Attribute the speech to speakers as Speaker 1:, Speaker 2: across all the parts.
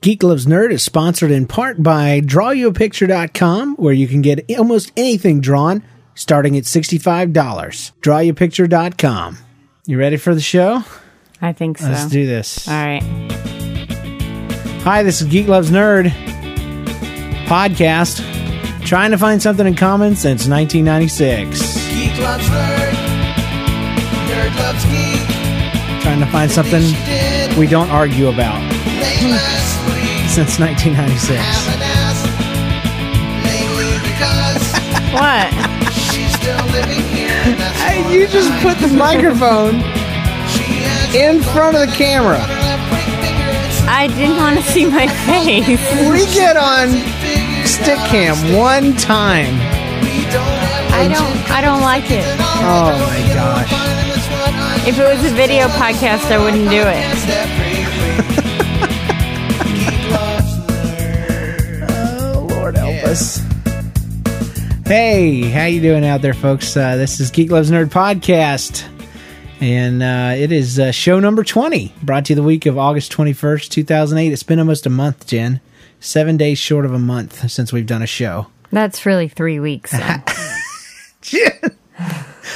Speaker 1: Geek Loves Nerd is sponsored in part by drawyourpicture.com, where you can get almost anything drawn starting at $65. Drawyourpicture.com. You ready for the show?
Speaker 2: I think so.
Speaker 1: Let's do this.
Speaker 2: All right.
Speaker 1: Hi, this is Geek Loves Nerd podcast. Trying to find something in common since 1996.
Speaker 3: Geek loves nerd. Nerd loves geek.
Speaker 1: Trying to find something
Speaker 3: She did
Speaker 1: we don't argue about
Speaker 3: late last week.
Speaker 1: since 1996.
Speaker 3: Haven't asked mainly because
Speaker 2: What?
Speaker 3: she's still living here. and that's more
Speaker 1: you
Speaker 3: than
Speaker 1: just
Speaker 3: I-
Speaker 1: put the microphone
Speaker 3: She has
Speaker 1: in front of the camera.
Speaker 3: her left ring finger and some
Speaker 2: I didn't want to see my face.
Speaker 1: We get on
Speaker 3: fingers
Speaker 1: stick cam one time.
Speaker 3: we don't have
Speaker 2: I don't. I don't like it.
Speaker 1: Oh my gosh.
Speaker 2: If it was a video podcast, I wouldn't do it.
Speaker 1: Oh Lord help us. Hey, how you doing out there, folks? Uh, this is Geek Loves Nerd podcast, and uh, it is uh, show number twenty. Brought to you the week of August twenty first, two thousand eight. It's been almost a month, Jen. Seven days short of a month since we've done a show.
Speaker 2: That's really three weeks. so.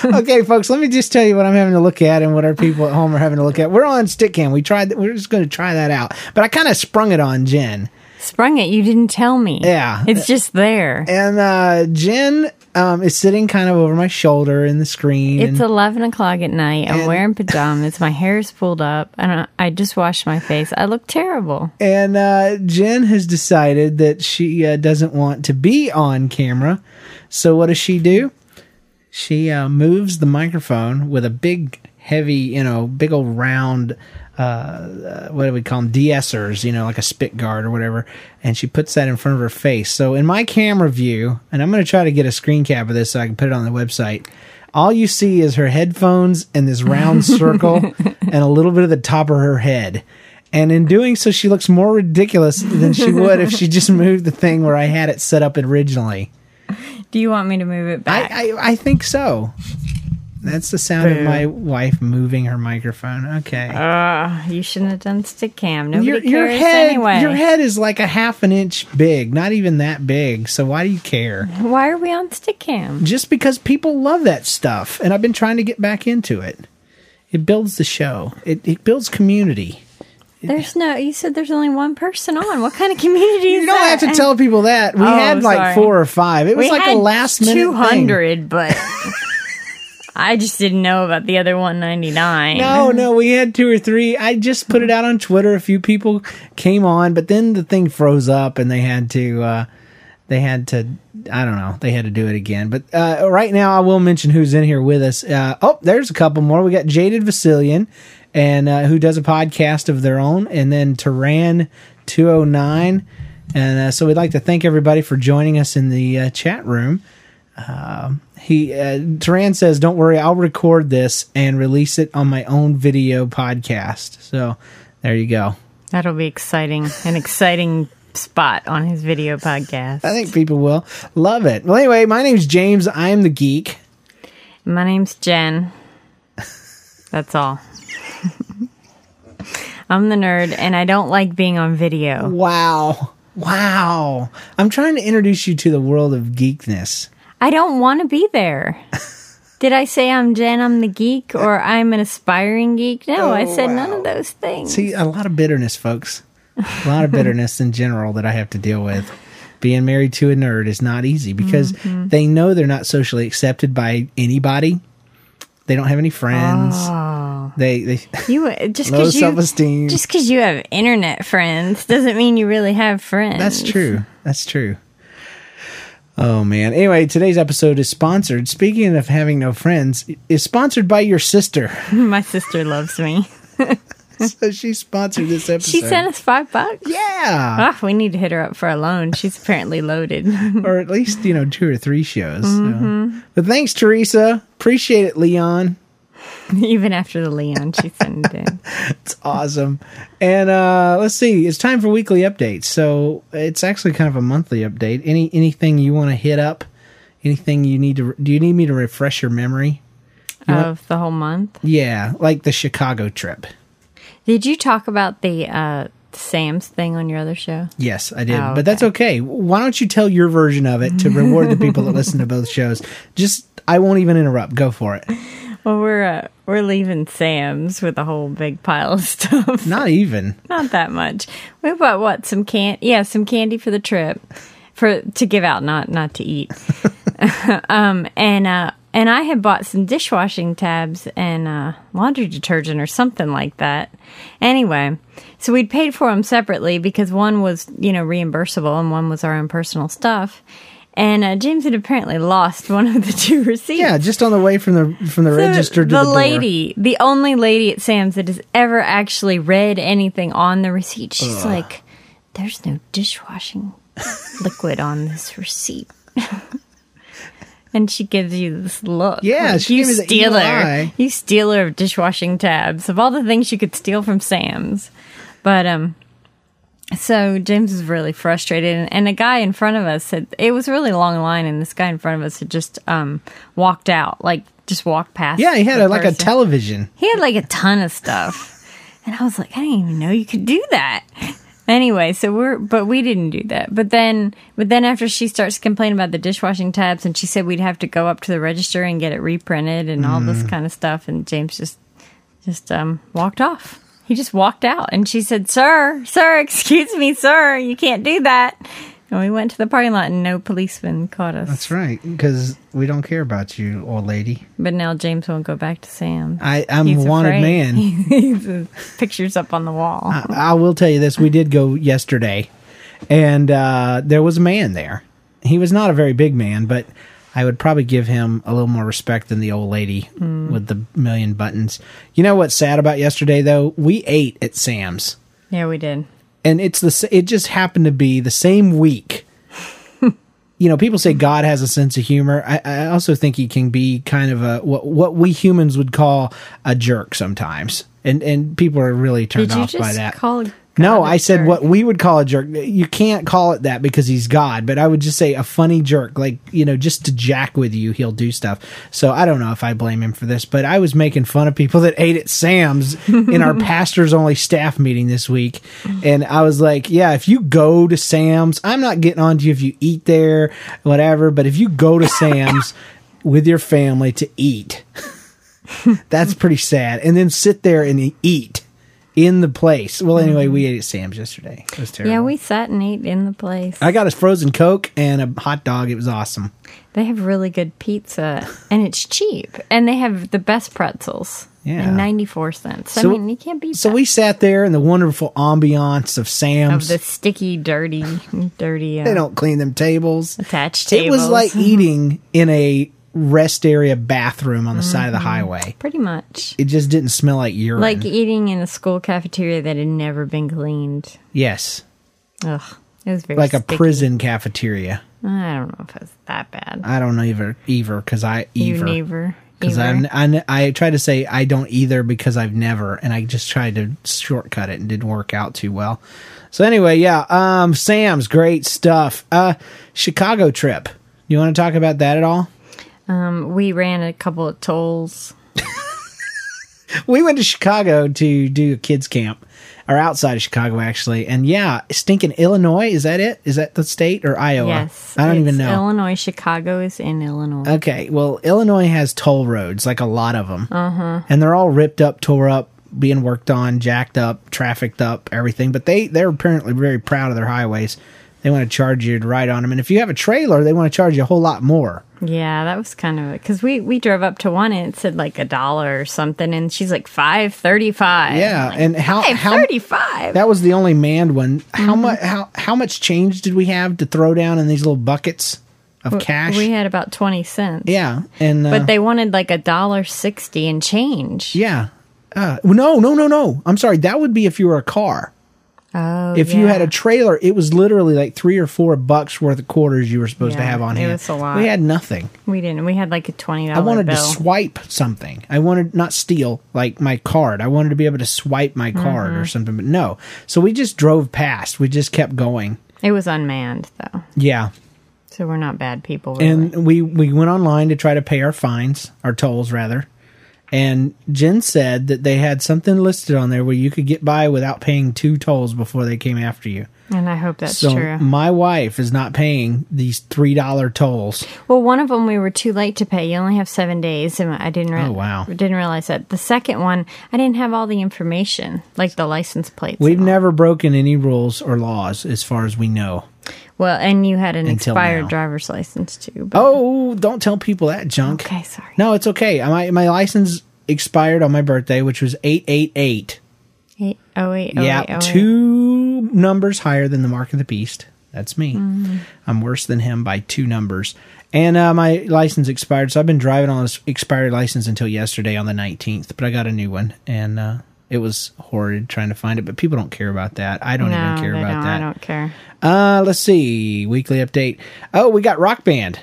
Speaker 1: okay, folks, let me just tell you what I'm having to look at and what our people at home are having to look at. We're on stick cam. We tried. We're just going to try that out, but I kind of sprung it on Jen.
Speaker 2: Sprung it. You didn't tell me.
Speaker 1: Yeah.
Speaker 2: It's just there.
Speaker 1: and uh, Jen um, is sitting kind of over my shoulder in the screen.
Speaker 2: It's
Speaker 1: and,
Speaker 2: eleven o'clock at night. I'm wearing pajamas. My hair is pulled up, and I, I just washed my face. I look terrible.
Speaker 1: and uh, Jen has decided that she uh, doesn't want to be on camera. So what does she do? She uh, moves the microphone with a big, heavy, you know, big old round. Uh, uh, what do we call them? De-essers, you know, like a spit guard or whatever. And she puts that in front of her face. So in my camera view, and I'm going to try to get a screen cap of this so I can put it on the website. All you see is her headphones and this round circle and a little bit of the top of her head. And in doing so, she looks more ridiculous than she would if she just moved the thing where I had it set up originally.
Speaker 2: Do you want me to move it back?
Speaker 1: I, I, I think so. That's the sound of
Speaker 2: Boo.
Speaker 1: my wife moving her microphone. Okay.
Speaker 2: you shouldn't have done stick cam. Nobody
Speaker 1: your,
Speaker 2: cares
Speaker 1: your head
Speaker 2: anyway.
Speaker 1: your head is like a half an inch big, not even that big. So why do you care?
Speaker 2: Why are we on stick cam?
Speaker 1: Just because people love that stuff and I've been trying to get back into it. It builds the show. It it builds community.
Speaker 2: There's no. You said there's only one person on. What kind of community is
Speaker 1: You don't have
Speaker 2: that?
Speaker 1: to tell people that. We
Speaker 2: Oh,
Speaker 1: had like
Speaker 2: sorry.
Speaker 1: 4 or 5. It was like a last minute thing.
Speaker 2: two hundred, but I just didn't know about the other one ninety nine.
Speaker 1: No, no, we had two or three. I just put it out on Twitter. A few people came on, but then the thing froze up, and they had to, uh, they had to, I don't know, they had to do it again. But uh, right now, I will mention who's in here with us. Uh, oh, there's a couple more. We got Jaded Vasilian, and uh, who does a podcast of their own, and then Taran two hundred nine. And uh, so we'd like to thank everybody for joining us in the uh, chat room. He uh, Turan says, "Don't worry, I'll record this and release it on my own video podcast." So there you go.
Speaker 2: that'll be exciting. An exciting spot on his video podcast.
Speaker 1: I think people will love it. Well, anyway, my name's James. I'm the geek.
Speaker 2: My name's Jen. That's all. I'm the nerd, and I don't like being on video.
Speaker 1: Wow, wow. I'm trying to introduce you to the world of geekness.
Speaker 2: I don't want to be there. Did I say I'm Jen? I'm the geek, or I'm an aspiring geek? No, I said none
Speaker 1: Oh,
Speaker 2: of those things.
Speaker 1: See, a lot of bitterness, folks. A lot of bitterness in general that I have to deal with. Being married to a nerd is not easy because they know they're not socially accepted by anybody. They don't have any friends. They they
Speaker 2: You just
Speaker 1: Low
Speaker 2: because
Speaker 1: self-esteem.
Speaker 2: you just because you have internet friends doesn't mean you really have friends.
Speaker 1: That's true. That's true. Oh man. Anyway, today's episode is sponsored. Speaking of having no friends, is sponsored by your sister.
Speaker 2: My sister loves me.
Speaker 1: so she sponsored this episode.
Speaker 2: She sent us five bucks.
Speaker 1: yeah,
Speaker 2: Ah, we need to hit her up for a loan. She's apparently loaded.
Speaker 1: or at least you know two or three shows. so. But thanks, Teresa. Appreciate it, Leon.
Speaker 2: Even after the Leon, she sent it in.
Speaker 1: It's awesome. And uh, let's see. It's time for weekly updates. So it's actually kind of a monthly update. Any anything you want to hit up? Anything you need to? Do you need me to refresh your memory?
Speaker 2: of the whole month.
Speaker 1: Yeah, like the Chicago trip.
Speaker 2: Did you talk about the uh, Sam's thing on your other show?
Speaker 1: Yes, I did.
Speaker 2: Oh,
Speaker 1: But that's okay. Why don't you tell your version of it to reward the people that listen to both shows? Just, I won't even interrupt. Go for it.
Speaker 2: Well, we're uh, we're leaving Sam's with a whole big pile of stuff.
Speaker 1: Not even.
Speaker 2: Not that much. We bought what some can yeah some candy for the trip for to give out, not not to eat. um and uh and I had bought some dishwashing tabs and uh, laundry detergent or something like that. Anyway, so we'd paid for them separately because one was you know reimbursable and one was our own personal stuff. And uh, James had apparently lost one of the two receipts.
Speaker 1: Yeah, just on the way from the from the
Speaker 2: So
Speaker 1: register to the,
Speaker 2: the,
Speaker 1: door.
Speaker 2: lady, the only lady at Sam's that has ever actually read anything on the receipt. She's like, "There's no dishwashing liquid on this receipt," and she gives you this look.
Speaker 1: Yeah,
Speaker 2: like,
Speaker 1: she
Speaker 2: you
Speaker 1: gave me the E
Speaker 2: stealer,
Speaker 1: evil eye.
Speaker 2: you stealer of dishwashing tabs of all the things you could steal from Sam's, but um. So James was really frustrated, and, and a guy in front of us said it was a really long line, and this guy in front of us had just um, walked out, like just walked past.
Speaker 1: Yeah, he had
Speaker 2: the
Speaker 1: a, like a
Speaker 2: person.
Speaker 1: television.
Speaker 2: He had like a ton of stuff, and I was like, I didn't even know you could do that. Anyway, so we're but we didn't do that. But then, but then after she starts complaining about the dishwashing tabs, and she said we'd have to go up to the register and get it reprinted and all
Speaker 1: Mm-hmm.
Speaker 2: this kind of stuff, and James just just um, walked off. He just walked out, and she said, "Sir, sir, excuse me, sir, you can't do that." And we went to the parking lot, and no policeman caught us.
Speaker 1: That's right, because we don't care about you, old lady.
Speaker 2: But now James won't go back to Sam.
Speaker 1: I, I'm a wanted man.
Speaker 2: man. Pictures up on the wall.
Speaker 1: I, I will tell you this: we did go yesterday, and uh, there was a man there. He was not a very big man, but I would probably give him a little more respect than the old lady
Speaker 2: Mm.
Speaker 1: with the million buttons. You know what's sad about yesterday, though? We ate at Sam's,
Speaker 2: yeah, we did.
Speaker 1: and it's the s- it just happened to be the same week. you know, people say God has a sense of humor. I, I also think he can be kind of a what what we humans would call a jerk sometimes, and and people are really turned
Speaker 2: Did you
Speaker 1: off by
Speaker 2: just
Speaker 1: that.
Speaker 2: call? God
Speaker 1: No,
Speaker 2: a
Speaker 1: I said
Speaker 2: jerk?
Speaker 1: what we would call a jerk. You can't call it that because he's God, but I would just say a funny jerk. Like, you know, just to jack with you, he'll do stuff. So I don't know if I blame him for this, but I was making fun of people that ate at Sam's in our pastor's only staff meeting this week. And I was like, yeah, if you go to Sam's, I'm not getting on to you if you eat there, whatever, but if you go to Sam's with your family to eat, that's pretty sad. And then sit there and eat in the place. Well, anyway, we ate at Sam's yesterday. It was terrible.
Speaker 2: Yeah, we sat and ate in the place.
Speaker 1: I got a frozen Coke and a hot dog. It was awesome.
Speaker 2: They have really good pizza, and it's cheap, and they have the best pretzels.
Speaker 1: Yeah.
Speaker 2: and ninety four cents. I
Speaker 1: So-
Speaker 2: mean, you can't beat
Speaker 1: So
Speaker 2: that.
Speaker 1: we sat there in the wonderful ambiance of
Speaker 2: of
Speaker 1: Sam's.
Speaker 2: the sticky, dirty, dirty. Uh,
Speaker 1: they don't clean them tables.
Speaker 2: attached
Speaker 1: It
Speaker 2: tables.
Speaker 1: was like eating in a rest area bathroom on the side of the highway.
Speaker 2: pretty much
Speaker 1: It just didn't smell like urine.
Speaker 2: Mm-hmm. like eating in a school cafeteria that had never been cleaned.
Speaker 1: yes,
Speaker 2: Ugh, it was very
Speaker 1: like a
Speaker 2: sticky.
Speaker 1: prison cafeteria.
Speaker 2: I don't know if it was that bad.
Speaker 1: I don't know either, either because I
Speaker 2: You
Speaker 1: either.
Speaker 2: never.
Speaker 1: because I, I I tried to say I don't either because I've never, and I just tried to shortcut it and didn't work out too well. So anyway, yeah, um, Sam's great stuff. Uh, Chicago trip. You want to talk about that at all?
Speaker 2: Um, we ran a couple of tolls.
Speaker 1: We went to Chicago to do a kids camp, or outside of Chicago actually, and yeah, stinking Illinois. Is that it? Is that the state or Iowa?
Speaker 2: Yes,
Speaker 1: I don't even
Speaker 2: it's
Speaker 1: know. Uh,
Speaker 2: Illinois, Chicago is in Illinois.
Speaker 1: Okay, well, Illinois has toll roads, like a lot of them,
Speaker 2: Uh-huh.
Speaker 1: and they're all ripped up, tore up, being worked on, jacked up, trafficked up, everything. But they they're apparently very proud of their highways. They want to charge you to ride on them, and if you have a trailer, they want to charge you a whole lot more.
Speaker 2: yeah, that was kind of because we we drove up to one and it said like a dollar or something, and she's like five thirty five.
Speaker 1: Yeah, and how
Speaker 2: five
Speaker 1: how
Speaker 2: thirty Mm-hmm. five.
Speaker 1: that was the only manned one. How much how how much change did we have to throw down in these little buckets of cash?
Speaker 2: We had about twenty cents.
Speaker 1: yeah, and uh,
Speaker 2: but they wanted like a dollar sixty and change.
Speaker 1: yeah, uh, no, no, no, no. I'm sorry, that would be if you were a car.
Speaker 2: Oh,
Speaker 1: if you had
Speaker 2: yeah.
Speaker 1: a trailer, it was literally like three or four bucks worth of quarters you were supposed to
Speaker 2: Yeah,
Speaker 1: have on
Speaker 2: it
Speaker 1: hand.
Speaker 2: was a lot.
Speaker 1: We had nothing.
Speaker 2: we didn't. We had like a twenty dollar.
Speaker 1: I wanted
Speaker 2: bill.
Speaker 1: to swipe something. I wanted not steal like my card. I wanted to be able to swipe my card
Speaker 2: Mm-hmm.
Speaker 1: or something, but no. So we just drove past. We just kept going.
Speaker 2: It was unmanned though,
Speaker 1: Yeah.
Speaker 2: so we're not bad people. Really.
Speaker 1: And we we went online to try to pay our fines, our tolls rather. And Jen said that they had something listed on there where you could get by without paying two tolls before they came after you.
Speaker 2: And I hope that's
Speaker 1: so
Speaker 2: true.
Speaker 1: my wife is not paying these three dollar tolls.
Speaker 2: Well, one of them we were too late to pay. You only have seven days, and I didn't. Re-
Speaker 1: Oh, wow.
Speaker 2: Didn't realize that. The second one, I didn't have all the information, like the license plates.
Speaker 1: We've
Speaker 2: and all.
Speaker 1: never broken any rules or laws as far as we know.
Speaker 2: well, and you had an
Speaker 1: Until
Speaker 2: expired
Speaker 1: now.
Speaker 2: driver's license too. But,
Speaker 1: Oh, don't tell people that junk.
Speaker 2: okay, sorry.
Speaker 1: No, it's okay. My my license expired on my birthday, which was eight eight eight.
Speaker 2: Eight, oh wait, oh
Speaker 1: Yeah,
Speaker 2: wait, oh wait.
Speaker 1: two numbers higher than the mark of the beast. That's me.
Speaker 2: Mm-hmm.
Speaker 1: I'm worse than him by two numbers. And uh, my license expired, so I've been driving on this expired license until yesterday on the 19th. But I got a new one, and uh, it was horrid trying to find it. But people don't care about that. I don't
Speaker 2: No,
Speaker 1: even care
Speaker 2: they
Speaker 1: about
Speaker 2: don't,
Speaker 1: that.
Speaker 2: I don't care.
Speaker 1: Uh, let's see. Weekly update. Oh, we got Rock Band.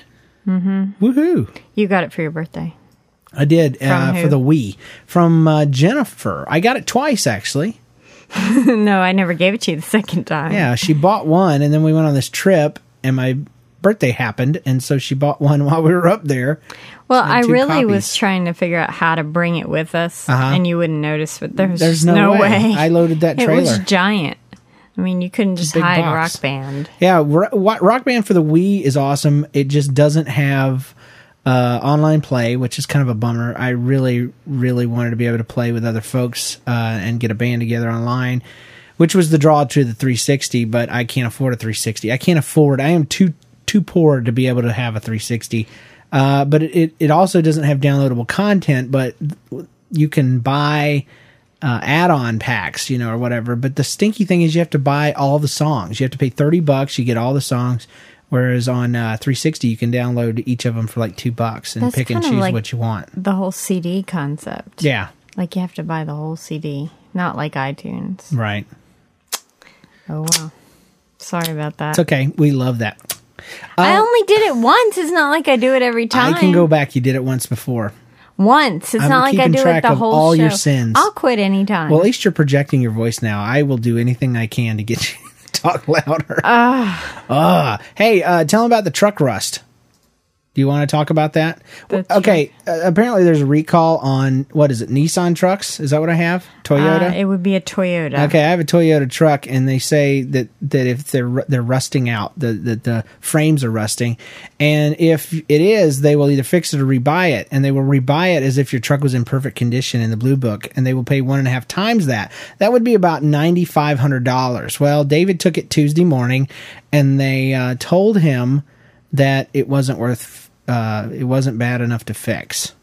Speaker 1: Mm-hmm. Woohoo!
Speaker 2: You got it for your birthday.
Speaker 1: I did uh,
Speaker 2: From who?
Speaker 1: for the Wii from uh, Jennifer. I got it twice actually.
Speaker 2: no, I never gave it to you the second time.
Speaker 1: Yeah, she bought one, and then we went on this trip, and my birthday happened, and so she bought one while we were up there.
Speaker 2: Well, I
Speaker 1: two
Speaker 2: really was
Speaker 1: copies.
Speaker 2: trying to figure out how to bring it with us,
Speaker 1: Uh-huh.
Speaker 2: and you wouldn't notice, but there was
Speaker 1: There's
Speaker 2: just
Speaker 1: no
Speaker 2: no,
Speaker 1: way.
Speaker 2: way.
Speaker 1: I loaded that
Speaker 2: It was
Speaker 1: trailer.
Speaker 2: giant. I mean, you couldn't just
Speaker 1: Big
Speaker 2: hide
Speaker 1: box.
Speaker 2: Rock Band.
Speaker 1: Yeah, Ro- Wa- Rock Band for the Wii is awesome. It just doesn't have uh, online play, which is kind of a bummer. I really, really wanted to be able to play with other folks uh, and get a band together online, which was the draw to the 360. But I can't afford a 360. I can't afford. I am too too poor to be able to have a 360. Uh, but it it also doesn't have downloadable content. But you can buy uh, add-on packs, you know, or whatever. But the stinky thing is, you have to buy all the songs. You have to pay thirty bucks. You get all the songs. Whereas on uh, 360, you can download each of them for like two bucks and
Speaker 2: That's
Speaker 1: pick and
Speaker 2: kinda
Speaker 1: choose
Speaker 2: like-
Speaker 1: what you want.
Speaker 2: The whole CD concept.
Speaker 1: Yeah,
Speaker 2: Like you have to buy the whole CD, not like iTunes.
Speaker 1: right.
Speaker 2: Oh wow. Sorry about that.
Speaker 1: It's okay. We love that.
Speaker 2: I only did it once. It's not like I do it every time.
Speaker 1: uh, I can go back. You did it once before.
Speaker 2: once. It's
Speaker 1: I'm
Speaker 2: not like I
Speaker 1: keeping
Speaker 2: do
Speaker 1: track
Speaker 2: it the
Speaker 1: of
Speaker 2: whole
Speaker 1: all your
Speaker 2: show.
Speaker 1: sins.
Speaker 2: I'll quit anytime.
Speaker 1: Well, at least you're projecting your voice now. I will do anything I can to get you to talk louder. Ah. Hey, uh, tell them about the truck rust. Do you want to talk about that?
Speaker 2: The
Speaker 1: okay. Uh, apparently, there's a recall on what is it? Nissan trucks? Is that what I have? Toyota.
Speaker 2: Uh, it would be a Toyota.
Speaker 1: Okay, I have a Toyota truck, and they say that that if they're ru- they're rusting out, the the, the frames are rusting, and if it is, they will either fix it or rebuy it, and they will rebuy it as if your truck was in perfect condition in the blue book, and they will pay one and a half times that. That would be about ninety five hundred dollars. Well, David took it Tuesday morning, and they uh, told him that it wasn't worth uh, it wasn't bad enough to fix.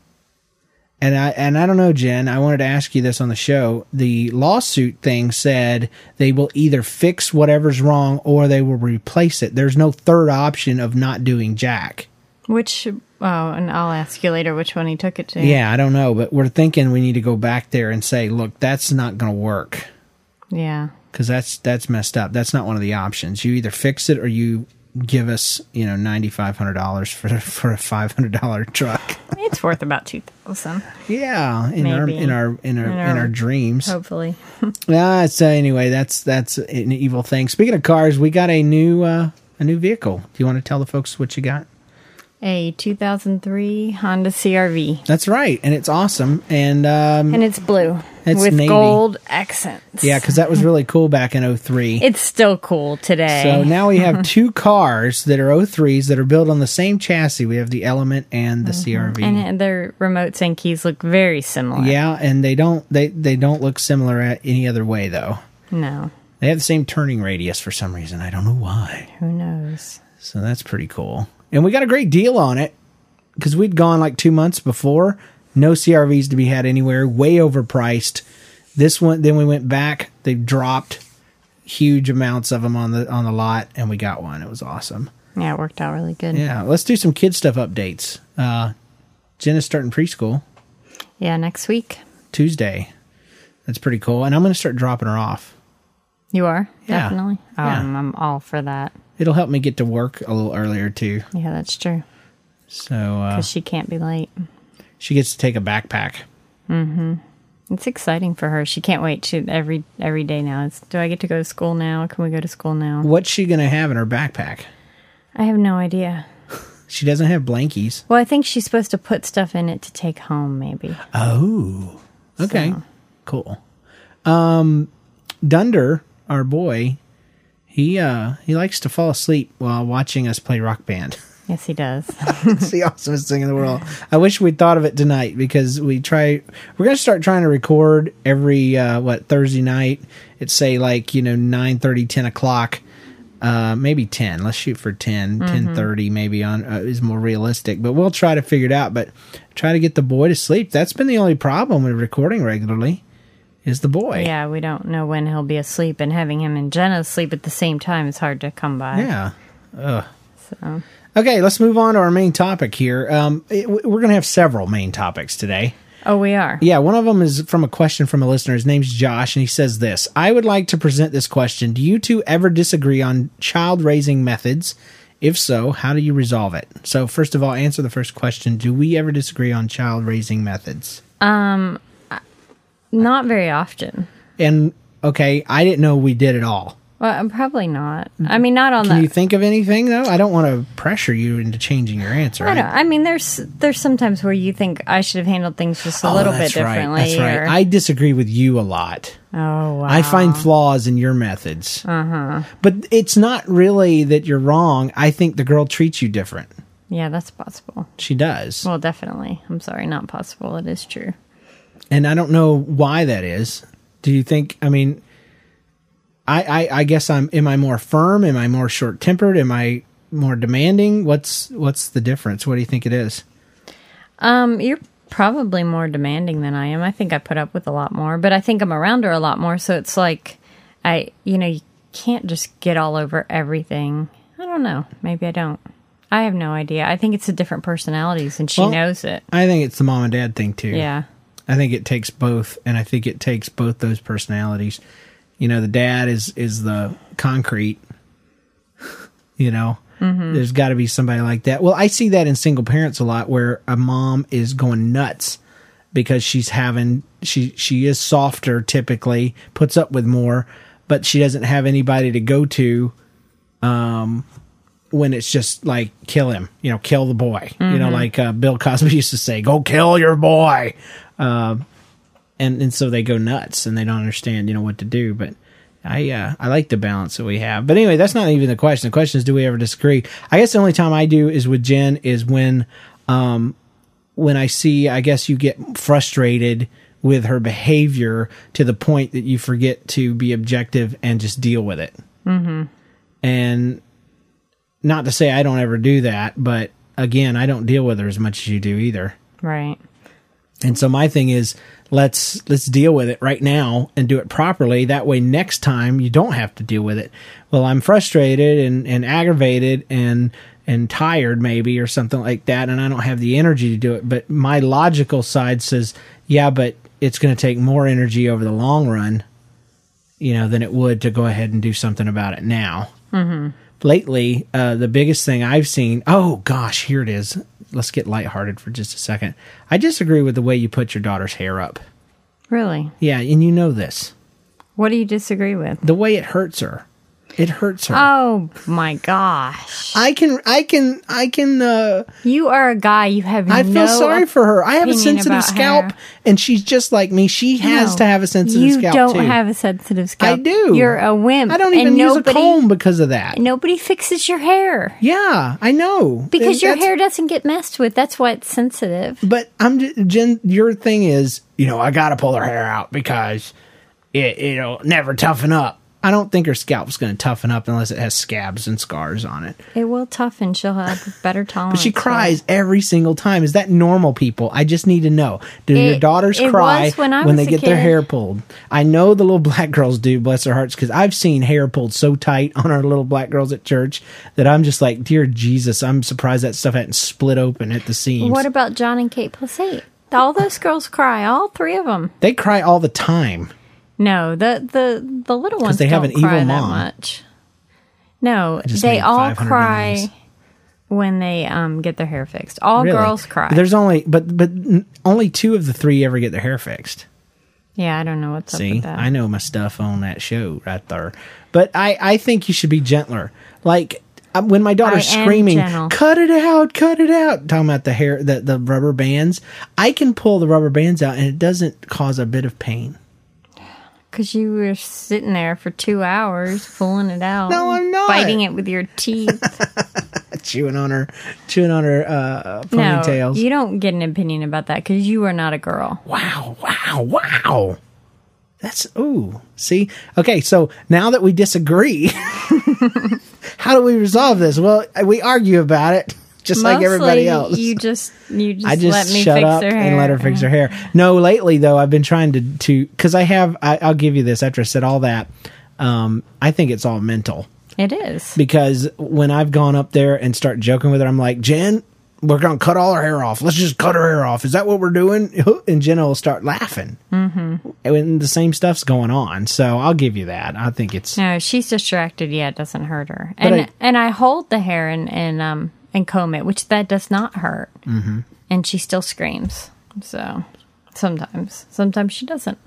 Speaker 1: And I and I don't know, Jen. I wanted to ask you this on the show. The lawsuit thing said they will either fix whatever's wrong or they will replace it. There's no third option of not doing jack.
Speaker 2: Which oh, and I'll ask you later which one he took it to.
Speaker 1: Yeah, I don't know, but we're thinking we need to go back there and say, look, that's not going to work
Speaker 2: Yeah.
Speaker 1: because that's that's messed up. That's not one of the options. You either fix it or you give us, you know, ninety five hundred dollars for for a five hundred dollar truck.
Speaker 2: It's worth about two thousand,
Speaker 1: Yeah, in our
Speaker 2: Maybe.
Speaker 1: in our in our in
Speaker 2: In
Speaker 1: our,
Speaker 2: our-
Speaker 1: dreams.
Speaker 2: hopefully.
Speaker 1: Ah, so anyway, that's that's an evil thing. Speaking of cars, we got a new uh, a new vehicle. Do you want to tell the folks what you got?
Speaker 2: A 2003 Honda CRV,
Speaker 1: That's right, and it's awesome. And um,
Speaker 2: and it's blue
Speaker 1: It's
Speaker 2: with
Speaker 1: navy.
Speaker 2: gold accents.
Speaker 1: yeah, because that was really cool back in 03.
Speaker 2: it's still cool today.
Speaker 1: So now we have two cars that are 03s that are built on the same chassis. We have the Element and the CRV.
Speaker 2: Mm-hmm. and their remotes and keys look very similar.
Speaker 1: Mm. yeah, and they don't they they don't look similar at any other way though.
Speaker 2: No,
Speaker 1: They have the same turning radius for some reason. I don't know why.
Speaker 2: who knows?
Speaker 1: So that's pretty cool. And we got a great deal on it because we'd gone like two months before. No CRVs to be had anywhere, way overpriced. This one, then we went back. They dropped huge amounts of them on the on the lot, and we got one. It was awesome.
Speaker 2: Yeah, it worked out really good.
Speaker 1: Yeah, let's do some kid stuff updates. Uh, Jenna's starting preschool
Speaker 2: Yeah, next week
Speaker 1: Tuesday. That's pretty cool, and I'm going to start dropping her off.
Speaker 2: you are
Speaker 1: Yeah.
Speaker 2: definitely.
Speaker 1: Yeah.
Speaker 2: Um, I'm all for that.
Speaker 1: It'll help me get to work a little earlier too.
Speaker 2: Yeah, that's true.
Speaker 1: So uh,
Speaker 2: 'Cause she can't be late.
Speaker 1: she gets to take a backpack.
Speaker 2: It's exciting for her. She can't wait. She every every day now. It's do I get to go to school now? Can we go to school now?
Speaker 1: What's she going to have in her backpack?
Speaker 2: I have no idea.
Speaker 1: She doesn't have blankies.
Speaker 2: Well, I think she's supposed to put stuff in it to take home, maybe.
Speaker 1: Oh, okay,
Speaker 2: So-
Speaker 1: cool. Um, Dunder, our boy, he uh he likes to fall asleep while watching us play Rock Band.
Speaker 2: Yes, he does.
Speaker 1: it's the awesomest thing in the world. I wish we'd thought of it tonight because we try. We're gonna start trying to record every uh, what Thursday night. It's say like you know 9, 10 o'clock, uh, maybe ten. Let's shoot for 10, 10.30 maybe on uh, is more realistic. But we'll try to figure it out. But try to get the boy to sleep. That's been the only problem with recording regularly. Is the boy?
Speaker 2: yeah, we don't know when he'll be asleep, and having him and Jenna sleep at the same time is hard to come by.
Speaker 1: Yeah.
Speaker 2: So.
Speaker 1: Okay, let's move on to our main topic here. Um, it- we're going to have several main topics today.
Speaker 2: Oh, we are.
Speaker 1: Yeah, one of them is from a question from a listener. His name's Josh, and he says this I would like to present this question. Do you two ever disagree on child raising methods? If so, how do you resolve it? So, first of all, answer the first question Do we ever disagree on child raising methods?
Speaker 2: Not very often.
Speaker 1: And, okay, I didn't know we did at all.
Speaker 2: Well, probably not. I mean, not on
Speaker 1: Mm-hmm. Can
Speaker 2: that.
Speaker 1: you think of anything, though? I don't want to pressure you into changing your answer.
Speaker 2: I don't. I mean, there's there's sometimes where you think I should have handled things just a
Speaker 1: Oh,
Speaker 2: little bit
Speaker 1: that's right,
Speaker 2: differently.
Speaker 1: That's right.
Speaker 2: or-
Speaker 1: I disagree with you a lot.
Speaker 2: oh wow.
Speaker 1: I find flaws in your methods.
Speaker 2: Uh-huh.
Speaker 1: But it's not really that you're wrong. I think the girl treats you different.
Speaker 2: yeah, that's possible.
Speaker 1: She does.
Speaker 2: Well, definitely. I'm sorry, not possible. It is true.
Speaker 1: and I don't know why that is. Do you think, I mean, I, I, I guess I'm, am I more firm? Am I more short tempered? Am I more demanding? What's, what's the difference? What do you think it is?
Speaker 2: Um, you're probably more demanding than I am. I think I put up with a lot more, but I think I'm around her a lot more. So it's like I, you know, you can't just get all over everything. I don't know. Maybe I don't. I have no idea. I think it's the different personalities, and she
Speaker 1: Well-
Speaker 2: knows it.
Speaker 1: I think it's the mom and dad thing too.
Speaker 2: Yeah.
Speaker 1: I think it takes both, and I think it takes both those personalities. You know, the dad is is the concrete. You know, there's got to be somebody like that. Well, I see that in single parents a lot, where a mom is going nuts because she's having she she is softer typically, puts up with more, but she doesn't have anybody to go to. um, When it's just like kill him, you know, kill the boy. You know, like uh, Bill Cosby used to say, "Go kill your boy." and and so they go nuts and they don't understand you know what to do but i uh i like the balance that we have but anyway that's not even the question the question is do we ever disagree i guess the only time i do is with jen is when um when i see i guess you get frustrated with her behavior to the point that you forget to be objective and just deal with it mm-hmm. and not to say i don't ever do that but again i don't deal with her as much as you do either
Speaker 2: Right.
Speaker 1: and so my thing is let's let's deal with it right now and do it properly. That way next time you don't have to deal with it. Well, I'm frustrated and, and aggravated and and tired maybe or something like that and I don't have the energy to do it. But my logical side says, yeah, but it's gonna take more energy over the long run, you know, than it would to go ahead and do something about it now lately, uh, the biggest thing I've seen. Oh gosh, here it is. Let's get lighthearted for just a second. I disagree with the way you put your daughter's hair up.
Speaker 2: Really.
Speaker 1: Yeah, and you know this.
Speaker 2: What do you disagree with?
Speaker 1: The way it hurts her. It hurts her.
Speaker 2: Oh my gosh.
Speaker 1: I can, I can, I can. Uh,
Speaker 2: You are a guy. You have
Speaker 1: I feel
Speaker 2: no
Speaker 1: sorry for her. I have a
Speaker 2: opinion
Speaker 1: sensitive
Speaker 2: about
Speaker 1: scalp,
Speaker 2: hair.
Speaker 1: and she's just like me. She has
Speaker 2: No,
Speaker 1: to have a sensitive
Speaker 2: you
Speaker 1: scalp
Speaker 2: don't
Speaker 1: too.
Speaker 2: have a sensitive scalp.
Speaker 1: I do.
Speaker 2: You're a wimp.
Speaker 1: I don't
Speaker 2: and
Speaker 1: even use
Speaker 2: nobody,
Speaker 1: a comb because of that.
Speaker 2: Nobody fixes your hair
Speaker 1: Yeah, I know
Speaker 2: because your
Speaker 1: That's-
Speaker 2: hair doesn't get messed with. That's why it's sensitive.
Speaker 1: But I'm ju- Jen. Your thing is, you know, I gotta pull her hair out because it it'll never toughen up. I don't think her scalp's gonna toughen up unless it has scabs and scars on it.
Speaker 2: It will toughen. She'll have better tolerance.
Speaker 1: But she
Speaker 2: for it.
Speaker 1: cries every single time. Is that normal, people? I just need to know. Do your
Speaker 2: It-
Speaker 1: daughters
Speaker 2: it
Speaker 1: cry
Speaker 2: was when I
Speaker 1: they
Speaker 2: was a
Speaker 1: get their
Speaker 2: kid.
Speaker 1: hair pulled? I know the little black girls do, bless their hearts, because I've seen hair pulled so tight on our little black girls at church that I'm just like, dear Jesus, I'm surprised that stuff hadn't split open at the seams.
Speaker 2: What about John and Kate Placate? All those girls cry. All three of them.
Speaker 1: they cry all the time.
Speaker 2: No, the the the little ones
Speaker 1: they have
Speaker 2: don't
Speaker 1: an evil
Speaker 2: cry that
Speaker 1: mom.
Speaker 2: much. No,
Speaker 1: just
Speaker 2: they
Speaker 1: made
Speaker 2: all
Speaker 1: 500
Speaker 2: cry
Speaker 1: memes.
Speaker 2: when they um get their hair fixed. All
Speaker 1: Really?
Speaker 2: girls cry.
Speaker 1: There's only but but n- only two of the three ever get their hair fixed.
Speaker 2: yeah, I don't know what's up
Speaker 1: See,
Speaker 2: with that.
Speaker 1: I know my stuff on that show right there. But I I think you should be gentler. Like I- when my daughter's
Speaker 2: I am
Speaker 1: screaming,
Speaker 2: gentle.
Speaker 1: "Cut it out! Cut it out!" talking about the hair, the, the rubber bands, I can pull the rubber bands out, and it doesn't cause a bit of pain.
Speaker 2: Because you were sitting there for two hours pulling it out.
Speaker 1: No, I'm not.
Speaker 2: Biting it with your teeth.
Speaker 1: Chewing on her, chewing on her uh,
Speaker 2: no,
Speaker 1: ponytails.
Speaker 2: you don't get an opinion about that because you are not a girl.
Speaker 1: Wow! Wow! Wow! That's ooh. See, okay. So now that we disagree, how do we resolve this? Well, we argue about it, just like everybody
Speaker 2: Mostly,
Speaker 1: else.
Speaker 2: You just you just,
Speaker 1: I just
Speaker 2: let me
Speaker 1: shut
Speaker 2: fix
Speaker 1: up
Speaker 2: her hair.
Speaker 1: and let her fix her hair. No, lately though, I've been trying to to because I have. I, I'll give you this. After I said all that, um, I think it's all mental
Speaker 2: It is.
Speaker 1: because when I've gone up there and start joking with her, I'm like, Jen, we're gonna cut all her hair off. Let's just cut her hair off. Is that what we're doing? And Jenna will start laughing, mm-hmm. and the same stuff's going on. So I'll give you that. I think it's
Speaker 2: No, she's distracted. Yeah, it doesn't hurt her. And
Speaker 1: I-
Speaker 2: and I hold the hair and and um and comb it, which that does not hurt. Mm-hmm. And she still screams. So sometimes, sometimes she doesn't.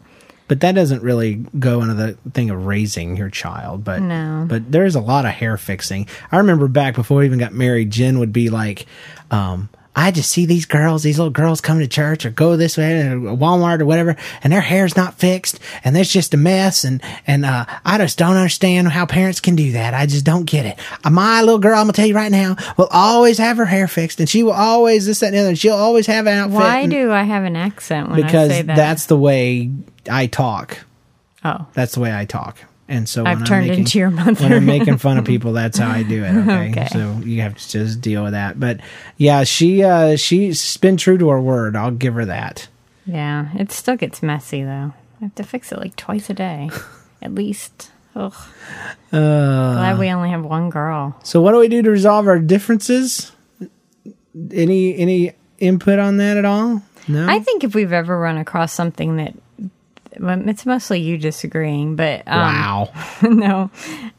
Speaker 1: but that doesn't really go into the thing of raising your child but
Speaker 2: No.
Speaker 1: but there's a lot of hair fixing i remember back before we even got married jen would be like um I just see these girls, these little girls come to church or go this way or Walmart or whatever, and their hair's not fixed and there's just a mess. And, and, uh, I just don't understand how parents can do that. I just don't get it. Uh, My little girl, I'm going to tell you right now, will always have her hair fixed and she will always this, that, and the other. And she'll always have an outfit.
Speaker 2: Why
Speaker 1: and-
Speaker 2: do I have an accent when
Speaker 1: because
Speaker 2: I say that?
Speaker 1: that's the way I talk.
Speaker 2: oh,
Speaker 1: That's the way I talk. And so
Speaker 2: I've
Speaker 1: when
Speaker 2: turned
Speaker 1: I'm making,
Speaker 2: into your mother.
Speaker 1: when I'm making fun of people, that's how I do it. Okay?
Speaker 2: Okay.
Speaker 1: So you have to just deal with that. But yeah, she uh she's been true to her word. I'll give her that.
Speaker 2: Yeah, it still gets messy though. I have to fix it like twice a day, at least. Ugh.
Speaker 1: Uh.
Speaker 2: Glad we only have one girl.
Speaker 1: So what do we do to resolve our differences? Any any input on that at all? No.
Speaker 2: I think if we've ever run across something that, well, it's mostly you disagreeing, but um,
Speaker 1: wow.
Speaker 2: no,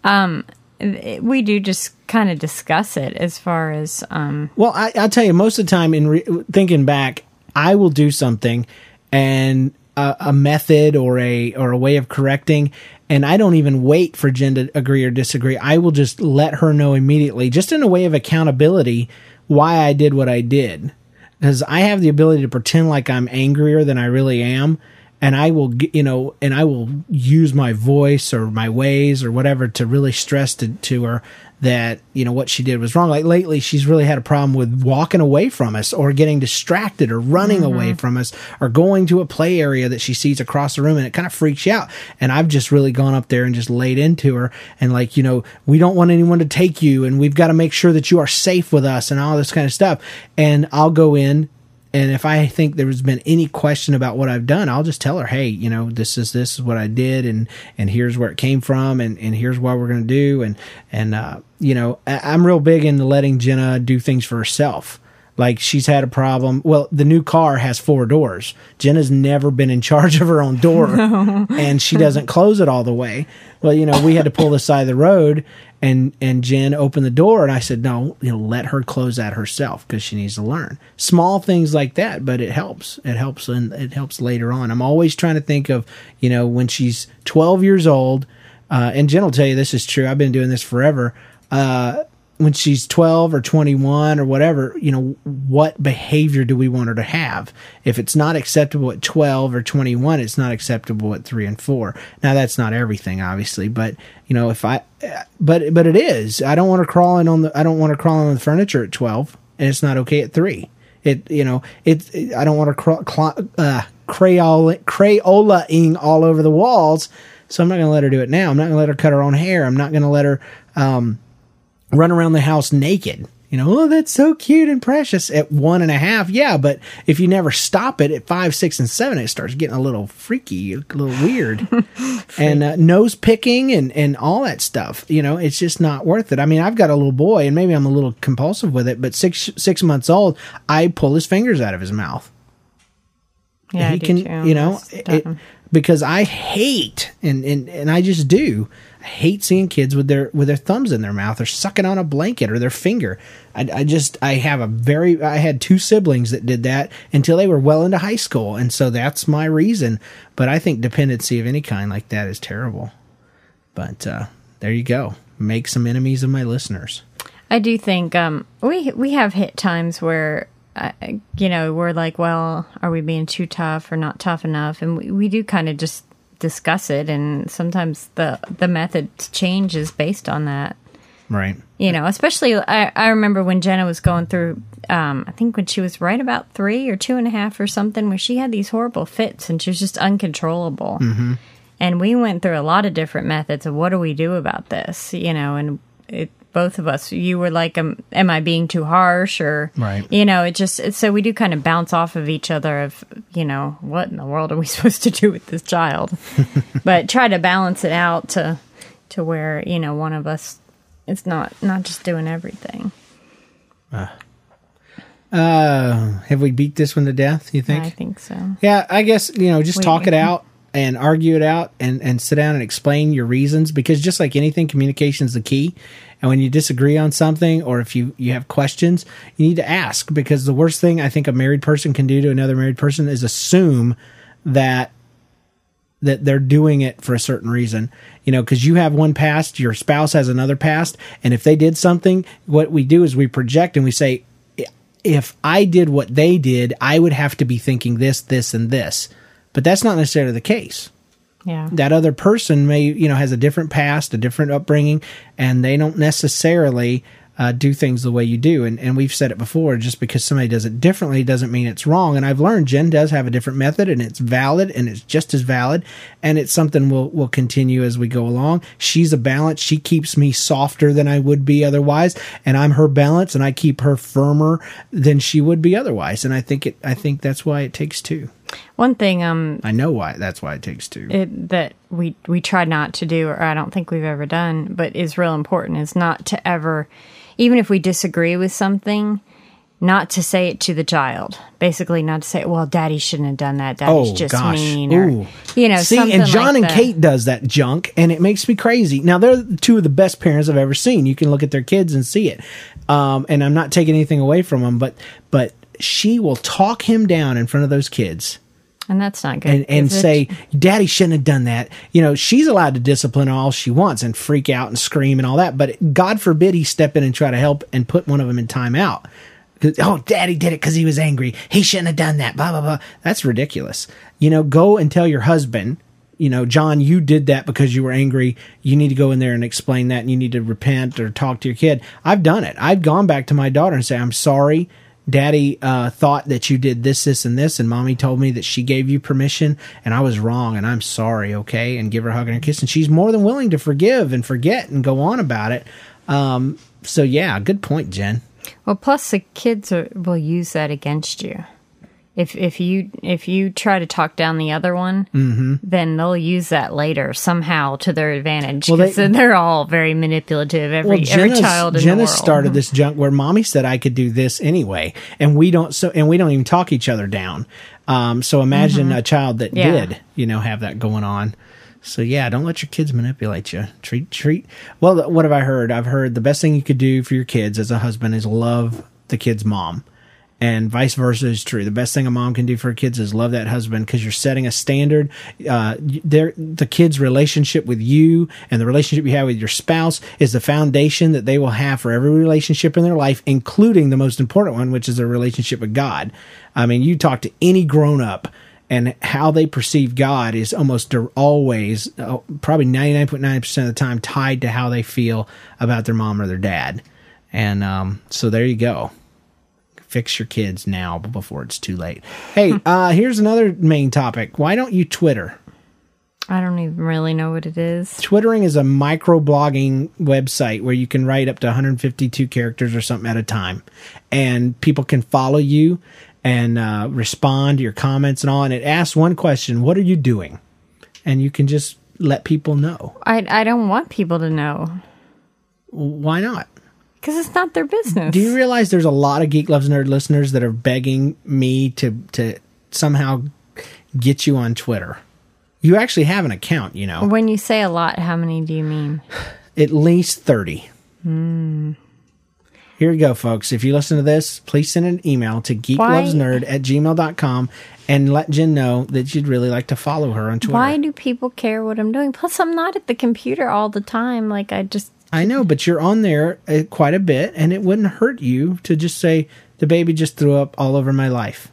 Speaker 2: um, it- we do just kind of discuss it as far as um,
Speaker 1: Well, I, I'll tell you, most of the time, in re- thinking back, I will do something and a, a method or a or a way of correcting, and I don't even wait for Jen to agree or disagree. I will just let her know immediately, just in a way of accountability, why I did what I did, because I have the ability to pretend like I'm angrier than I really am. And I will, g- you know, and I will use my voice or my ways or whatever to really stress to, to her that you know what she did was wrong. Like lately, she's really had a problem with walking away from us, or getting distracted, or running away from us, or going to a play area that she sees across the room, and it kind of freaks you out. And I've just really gone up there and just laid into her, and like you know, we don't want anyone to take you, and we've got to make sure that you are safe with us, and all this kind of stuff. And I'll go in. And if I think there's been any question about what I've done, I'll just tell her, hey, you know, this is this is what I did, and and here's where it came from, and and here's what we're gonna do, and and uh, you know, I, I'm real big into letting Jenna do things for herself. Like she's had a problem. Well, the new car has four doors. Jenna's never been in charge of her own door, and she doesn't close it all the way. Well, you know, we had to pull the side of the road, and and Jen opened the door, and I said, no, you know, let her close that herself because she needs to learn. Small things like that, but it helps. It helps, and it helps later on. I'm always trying to think of, you know, when she's 12 years old, uh, and Jen will tell you this is true. I've been doing this forever. Uh, when she's 12 or 21 or whatever, you know, what behavior do we want her to have? If it's not acceptable at 12 or 21, it's not acceptable at 3 and 4. Now that's not everything obviously, but you know, if I but but it is. I don't want her crawling on the I don't want her crawling on the furniture at 12 and it's not okay at 3. It you know, it, it- I don't want her craw, cla- uh Crayola, Crayola-ing all over the walls. So I'm not going to let her do it now. I'm not going to let her cut her own hair. I'm not going to let her run around the house naked. You know, oh, that's so cute and precious at one and a half. Yeah, but if you never stop it at five, six, and seven, it starts getting a little freaky, a little weird, and uh, nose picking and and all that stuff. You know, it's just not worth it. I mean, I've got a little boy, and maybe I'm a little compulsive with it, but six six months old, I pull his fingers out of his mouth
Speaker 2: yeah, I
Speaker 1: he
Speaker 2: do
Speaker 1: can
Speaker 2: too.
Speaker 1: you know
Speaker 2: That's
Speaker 1: it,
Speaker 2: dumb.
Speaker 1: because i hate and, and and i just do i hate seeing kids with their with their thumbs in their mouth or sucking on a blanket or their finger i, I just i have a very i had two siblings that did that until they were well into high school and so that's my reason but i think dependency of any kind like that is terrible but uh there you go make some enemies of my listeners
Speaker 2: I do think um, we we have hit times where uh, you know we're like, well, are we being too tough or not tough enough? And we, we do kind of just discuss it, and sometimes the the method changes based on that.
Speaker 1: Right.
Speaker 2: You know, especially I, I remember when Jenna was going through, um, I think when she was right about three or two and a half or something, where she had these horrible fits and she was just uncontrollable. Mm-hmm. And we went through a lot of different methods of what do we do about this, you know, and it, both of us, you were like, um, am I being too harsh or,
Speaker 1: Right.
Speaker 2: you know, it just, it, so we do kind of bounce off of each other of, you know, what in the world are we supposed to do with this child? but try to balance it out to, to where, you know, one of us it's not not just doing everything.
Speaker 1: Uh, have we beat this one to death? You think?
Speaker 2: I think so.
Speaker 1: Yeah, I guess you know, just
Speaker 2: We-
Speaker 1: talk
Speaker 2: we
Speaker 1: it
Speaker 2: can-
Speaker 1: out and argue it out, and and sit down and explain your reasons because just like anything, communication is the key. And when you disagree on something, or if you you have questions, you need to ask because the worst thing I think a married person can do to another married person is assume that that they're doing it for a certain reason. You know, because you have one past, your spouse has another past, and if they did something, what we do is we project and we say, "I- if I did what they did, I would have to be thinking this, this, and this. But that's not necessarily the case.
Speaker 2: Yeah.
Speaker 1: That other person may, you know, has a different past, a different upbringing, and they don't necessarily uh, do things the way you do. And, and we've said it before just because somebody does it differently doesn't mean it's wrong. And I've learned Jen does have a different method, and it's valid, and it's just as valid. And it's something we'll, we'll continue as we go along. She's a balance. She keeps me softer than I would be otherwise, and I'm her balance, and I keep her firmer than she would be otherwise. And I think it, I think that's why it takes two.
Speaker 2: One thing um
Speaker 1: I know why that's why it takes two.
Speaker 2: it, that we we try not to do or I don't think we've ever done, but is real important is not to ever even if we disagree with something not to say it to the child. Basically, not to say, "Well, Daddy shouldn't have done that. Daddy's just mean." Or,
Speaker 1: Oh, Ooh.
Speaker 2: you know,
Speaker 1: see,
Speaker 2: something
Speaker 1: and John
Speaker 2: like
Speaker 1: and
Speaker 2: that.
Speaker 1: Kate does that junk, and it makes me crazy. Now they're two of the best parents I've ever seen. You can look at their kids and see it. Um, and I'm not taking anything away from them, but but she will talk him down in front of those kids
Speaker 2: and that's not good.
Speaker 1: and and
Speaker 2: Is it?
Speaker 1: say daddy shouldn't have done that you know she's allowed to discipline all she wants and freak out and scream and all that but god forbid he step in and try to help and put one of them in timeout 'Cause, oh daddy did it because he was angry he shouldn't have done that blah blah blah that's ridiculous you know go and tell your husband you know john you did that because you were angry you need to go in there and explain that and you need to repent or talk to your kid i've done it i've gone back to my daughter and say i'm sorry daddy uh, thought that you did this this and this and mommy told me that she gave you permission and i was wrong and i'm sorry okay and give her a hug and a kiss and she's more than willing to forgive and forget and go on about it um, so yeah good point jen
Speaker 2: Well, plus the kids are, will use that against you. If if you if you try to talk down the other one,
Speaker 1: Mm-hmm.
Speaker 2: then they'll use that later somehow to their advantage.
Speaker 1: Well, they-
Speaker 2: Because they're all very manipulative. Every every
Speaker 1: Jenna's-
Speaker 2: child in
Speaker 1: Jenna
Speaker 2: the world. Mm-hmm.
Speaker 1: started this junk where mommy said I could do this anyway, and we don't so and we don't even talk each other down. Um, so imagine a child that
Speaker 2: Mm-hmm. Yeah.
Speaker 1: did, you know, have that going on. So yeah, don't let your kids manipulate you. Treat treat. Well, what have I heard? I've heard the best thing you could do for your kids as a husband is love the kid's mom. And vice versa is true. The best thing a mom can do for her kids is love that husband because you're setting a standard. Uh, their the kid's relationship with you and the relationship you have with your spouse is the foundation that they will have for every relationship in their life, including the most important one, which is their relationship with God. I mean, you talk to any grown up, and how they perceive God is almost dir- always, uh, probably 99.9% of the time, tied to how they feel about their mom or their dad. And um, so there you go. Fix your kids now before it's too late. Hey, uh, here's another main topic. Why don't you Twitter?
Speaker 2: I don't even really know what it is.
Speaker 1: Twittering is a microblogging website where you can write up to 152 characters or something at a time, and people can follow you and uh, respond to your comments and all. And it asks one question: What are you doing? And you can just let people know.
Speaker 2: I I don't want people to know
Speaker 1: Why not?
Speaker 2: because it's not their business.
Speaker 1: Do you realize there's a lot of Geek Loves Nerd listeners that are begging me to to somehow get you on Twitter? You actually have an account, you know.
Speaker 2: when you say a lot, how many do you mean?
Speaker 1: At least 30. Here you go, folks. If you listen to this, please send an email to geeklovesnerd at gmail.com and let Jen know that you'd really like to follow her on Twitter.
Speaker 2: Why do people care what I'm doing? Plus, I'm not at the computer all the time. Like I just
Speaker 1: I know, but you're on there uh, quite a bit, and it wouldn't hurt you to just say the baby just threw up all over my life.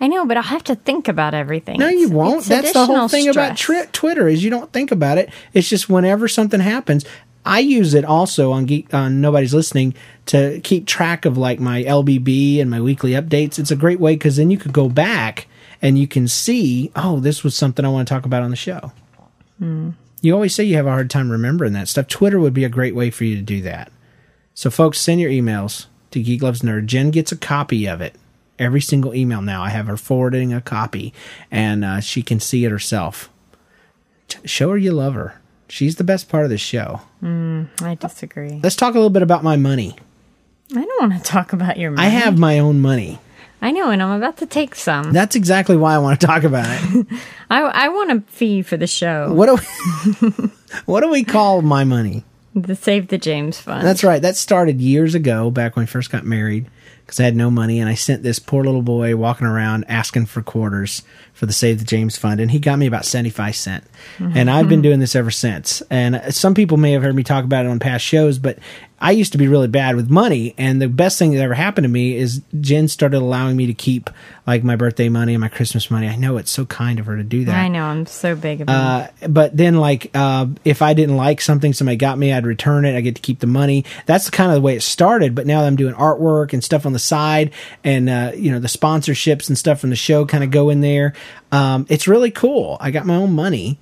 Speaker 2: I know, but I'll have to think about everything.
Speaker 1: No, you
Speaker 2: It's-
Speaker 1: won't.
Speaker 2: it's
Speaker 1: That's the whole
Speaker 2: additional
Speaker 1: thing about
Speaker 2: stress.
Speaker 1: tri- Twitter is you don't think about it. It's just whenever something happens. I use it also on Geek on Nobody's Listening to keep track of like my LBB and my weekly updates. It's a great way because then you could go back and you can see, oh, this was something I want to talk about on the show.
Speaker 2: Hmm.
Speaker 1: You always say you have a hard time remembering that stuff. Twitter would be a great way for you to do that. So, folks, send your emails to Geek Loves Nerd. Jen gets a copy of it. Every single email now, I have her forwarding a copy, and uh, she can see it herself. T- Show her you love her. She's the best part of the show.
Speaker 2: I disagree.
Speaker 1: Let's talk a little bit about my money.
Speaker 2: I don't want to talk about your money.
Speaker 1: I have my own money.
Speaker 2: I know, and I'm about to take some.
Speaker 1: That's exactly why I want to talk about it.
Speaker 2: I, I want a fee for the show.
Speaker 1: What do we, what do we call my money?
Speaker 2: The Save the James Fund.
Speaker 1: That's right. That started years ago, back when we first got married, because I had no money, and I sent this poor little boy walking around asking for quarters for the Save the James Fund, and he got me about seventy-five cent. And I've been doing this ever since. And uh, some people may have heard me talk about it on past shows, but I used to be really bad with money, and the best thing that ever happened to me is Jen started allowing me to keep like my birthday money and my Christmas money. I know it's so kind of her to do that.
Speaker 2: I know, I'm so big about
Speaker 1: Uh, but then like uh, if I didn't like something somebody got me, I'd return it. I get to keep the money. That's kind of the way it started. But now I'm doing artwork and stuff on the side, and uh, you know the sponsorships and stuff from the show kind of go in there. Um, it's really cool. I got my own money,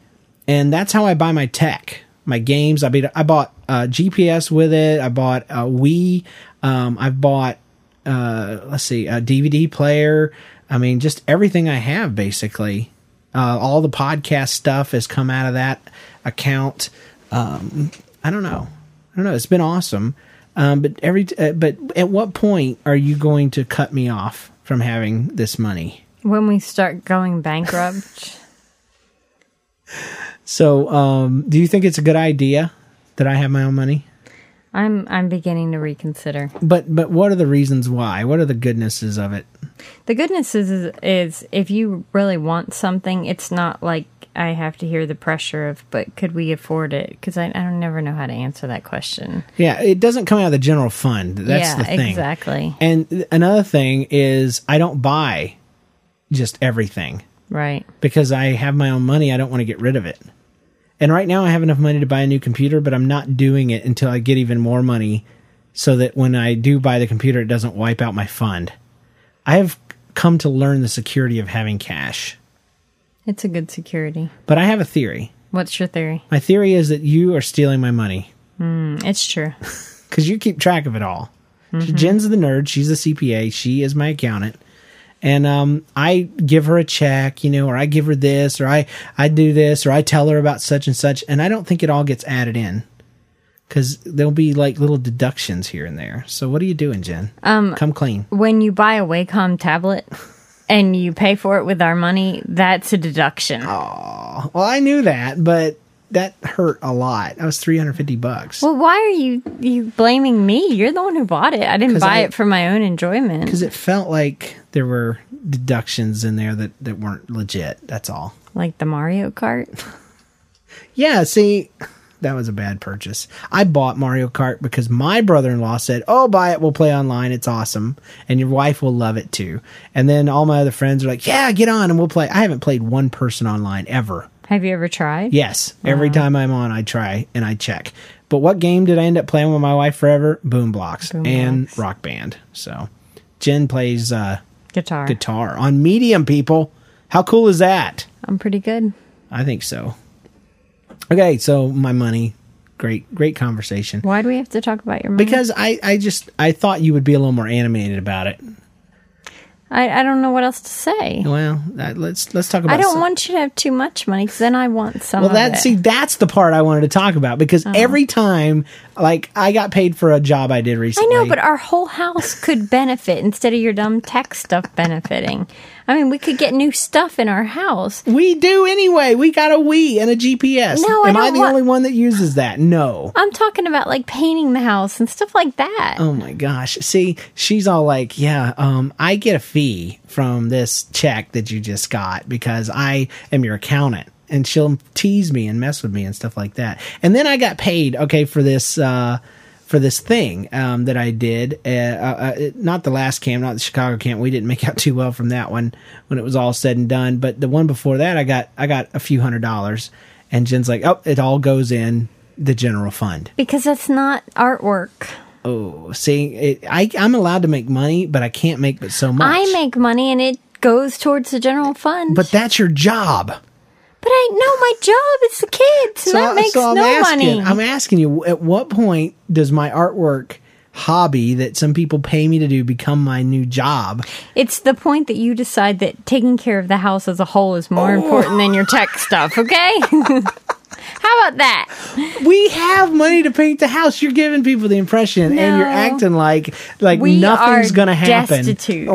Speaker 1: and that's how I buy my tech, my games. I beat, I bought uh, GPS with it. I bought a Wii. Um, I've bought uh, let's see, a DVD player. I mean, just everything I have basically. Uh, all the podcast stuff has come out of that account. Um, I don't know. I don't know. It's been awesome. Um, but every uh, but at what point are you going to cut me off from having this money?
Speaker 2: it. When we start going bankrupt,
Speaker 1: So, um, do you think it's a good idea that I have my own money?
Speaker 2: I'm I'm beginning to reconsider.
Speaker 1: But but what are the reasons why? What are the goodnesses of it?
Speaker 2: The goodness is, is is if you really want something, it's not like I have to hear the pressure of, but could we afford it? Because I, I don't never know how to answer that question.
Speaker 1: Yeah, it doesn't come out of the general fund. That's
Speaker 2: yeah,
Speaker 1: the thing.
Speaker 2: exactly.
Speaker 1: And th- another thing is I don't buy just everything
Speaker 2: Right.
Speaker 1: because I have my own money. I don't want to get rid of it. And right now I have enough money to buy a new computer, but I'm not doing it until I get even more money so that when I do buy the computer, it doesn't wipe out my fund. I have come to learn the security of having cash.
Speaker 2: It's a good security.
Speaker 1: But I have a theory.
Speaker 2: What's your theory?
Speaker 1: My theory is that you are stealing my money
Speaker 2: It's true.
Speaker 1: because you keep track of it all. Jen's the nerd. She's the CPA. She is my accountant. And um, I give her a check, you know, or I give her this, or I, I do this, or I tell her about such and such. And I don't think it all gets added in because there'll be like little deductions here and there. So what are you doing, Jen? Um, Come clean.
Speaker 2: When you buy a Wacom tablet and you pay for it with our money, that's a deduction.
Speaker 1: Oh. Well, I knew that, but that hurt a lot. That was 350 bucks.
Speaker 2: Well, why are you you blaming me? You're the one who bought it. I didn't
Speaker 1: 'Cause
Speaker 2: buy
Speaker 1: I-
Speaker 2: it for my own enjoyment.
Speaker 1: because it felt like there were deductions in there that, that weren't legit. That's all.
Speaker 2: Like the Mario Kart.
Speaker 1: Yeah, see, that was a bad purchase. I bought Mario Kart because my brother in law said, Oh, buy it. We'll play online. It's awesome. And your wife will love it too. And then all my other friends are like, Yeah, get on and we'll play. I haven't played one person online ever.
Speaker 2: Have you ever tried?
Speaker 1: Yes, every time I'm on, I try and I check. But what game did I end up playing with my wife forever? Boom Blocks
Speaker 2: Boom
Speaker 1: and Rock Band. So Jen plays uh,
Speaker 2: Guitar.
Speaker 1: guitar on Medium, people. How cool is that?
Speaker 2: I'm pretty good.
Speaker 1: I think so. Okay, so my money. Great, great conversation.
Speaker 2: Why do we have to talk about your money?
Speaker 1: Because I, I just, I thought you would be a little more animated about it.
Speaker 2: I, I don't know what else to say.
Speaker 1: Well, that, let's let's talk about.
Speaker 2: I don't
Speaker 1: some-
Speaker 2: want you to have too much money because then I want some.
Speaker 1: Well,
Speaker 2: of
Speaker 1: that
Speaker 2: it. Uh-huh.
Speaker 1: see, that's the part I wanted to talk about because every time, like, I got paid for a job I did
Speaker 2: I
Speaker 1: recently.
Speaker 2: know, but our whole house could benefit instead of your dumb tech stuff benefiting. I mean, we could get new stuff in our house.
Speaker 1: we do anyway. We got a Wii and a GPS.
Speaker 2: No, I
Speaker 1: am
Speaker 2: don't
Speaker 1: the
Speaker 2: want-
Speaker 1: only one that uses that? No.
Speaker 2: I'm talking about like painting the house and stuff like that.
Speaker 1: Oh my gosh. See, she's all like, yeah, um, I get a fee from this check that you just got because I am your accountant and she'll tease me and mess with me and stuff like that. And then I got paid, okay, for this uh, for this thing um, that I did. Uh, uh, uh, not the last camp, not the Chicago camp. We didn't make out too well from that one when it was all said and done. But the one before that, I got I got a few hundred dollars, and Jen's like, "Oh, it all goes in the general fund."
Speaker 2: Because that's not artwork.
Speaker 1: Oh, see, it, I I'm allowed to make money, but I can't make but so much.
Speaker 2: I make money and it goes towards the general fund.
Speaker 1: but that's your job.
Speaker 2: But I know my job. It's the kids, and that
Speaker 1: I-
Speaker 2: makes
Speaker 1: I'm
Speaker 2: no
Speaker 1: asking,
Speaker 2: money.
Speaker 1: I'm asking you, at what point does my artwork hobby that some people pay me to do become my new job?
Speaker 2: it's the point that you decide that taking care of the house as a whole is
Speaker 1: Oh.
Speaker 2: more important than your tech stuff. Okay. How about that?
Speaker 1: We have money to paint the house. You're giving people the impression, and you're
Speaker 2: No.
Speaker 1: acting like like
Speaker 2: We
Speaker 1: nothing's
Speaker 2: are
Speaker 1: going to happen.
Speaker 2: destitute.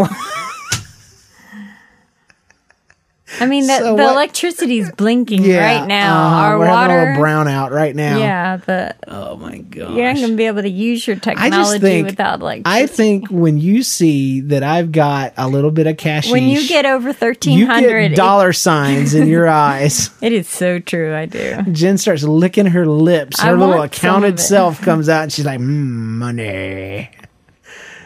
Speaker 2: I mean, the,
Speaker 1: So
Speaker 2: the
Speaker 1: what-
Speaker 2: electricity's blinking
Speaker 1: Yeah,
Speaker 2: right now.
Speaker 1: uh-huh,
Speaker 2: Our
Speaker 1: we're having a
Speaker 2: water.
Speaker 1: little brown out right now.
Speaker 2: Yeah, the
Speaker 1: Oh my gosh.
Speaker 2: you're not going to be able to use your
Speaker 1: I just
Speaker 2: technology
Speaker 1: think
Speaker 2: without like.
Speaker 1: I think when you see that I've got a little bit of cash,
Speaker 2: when you get over
Speaker 1: you
Speaker 2: thirteen
Speaker 1: get
Speaker 2: hundred,
Speaker 1: dollar signs in your eyes.
Speaker 2: it is so true. I do.
Speaker 1: Jen starts licking her lips.
Speaker 2: I
Speaker 1: Her little
Speaker 2: want some of
Speaker 1: accounted
Speaker 2: it.
Speaker 1: self comes out and she's like, mm, money.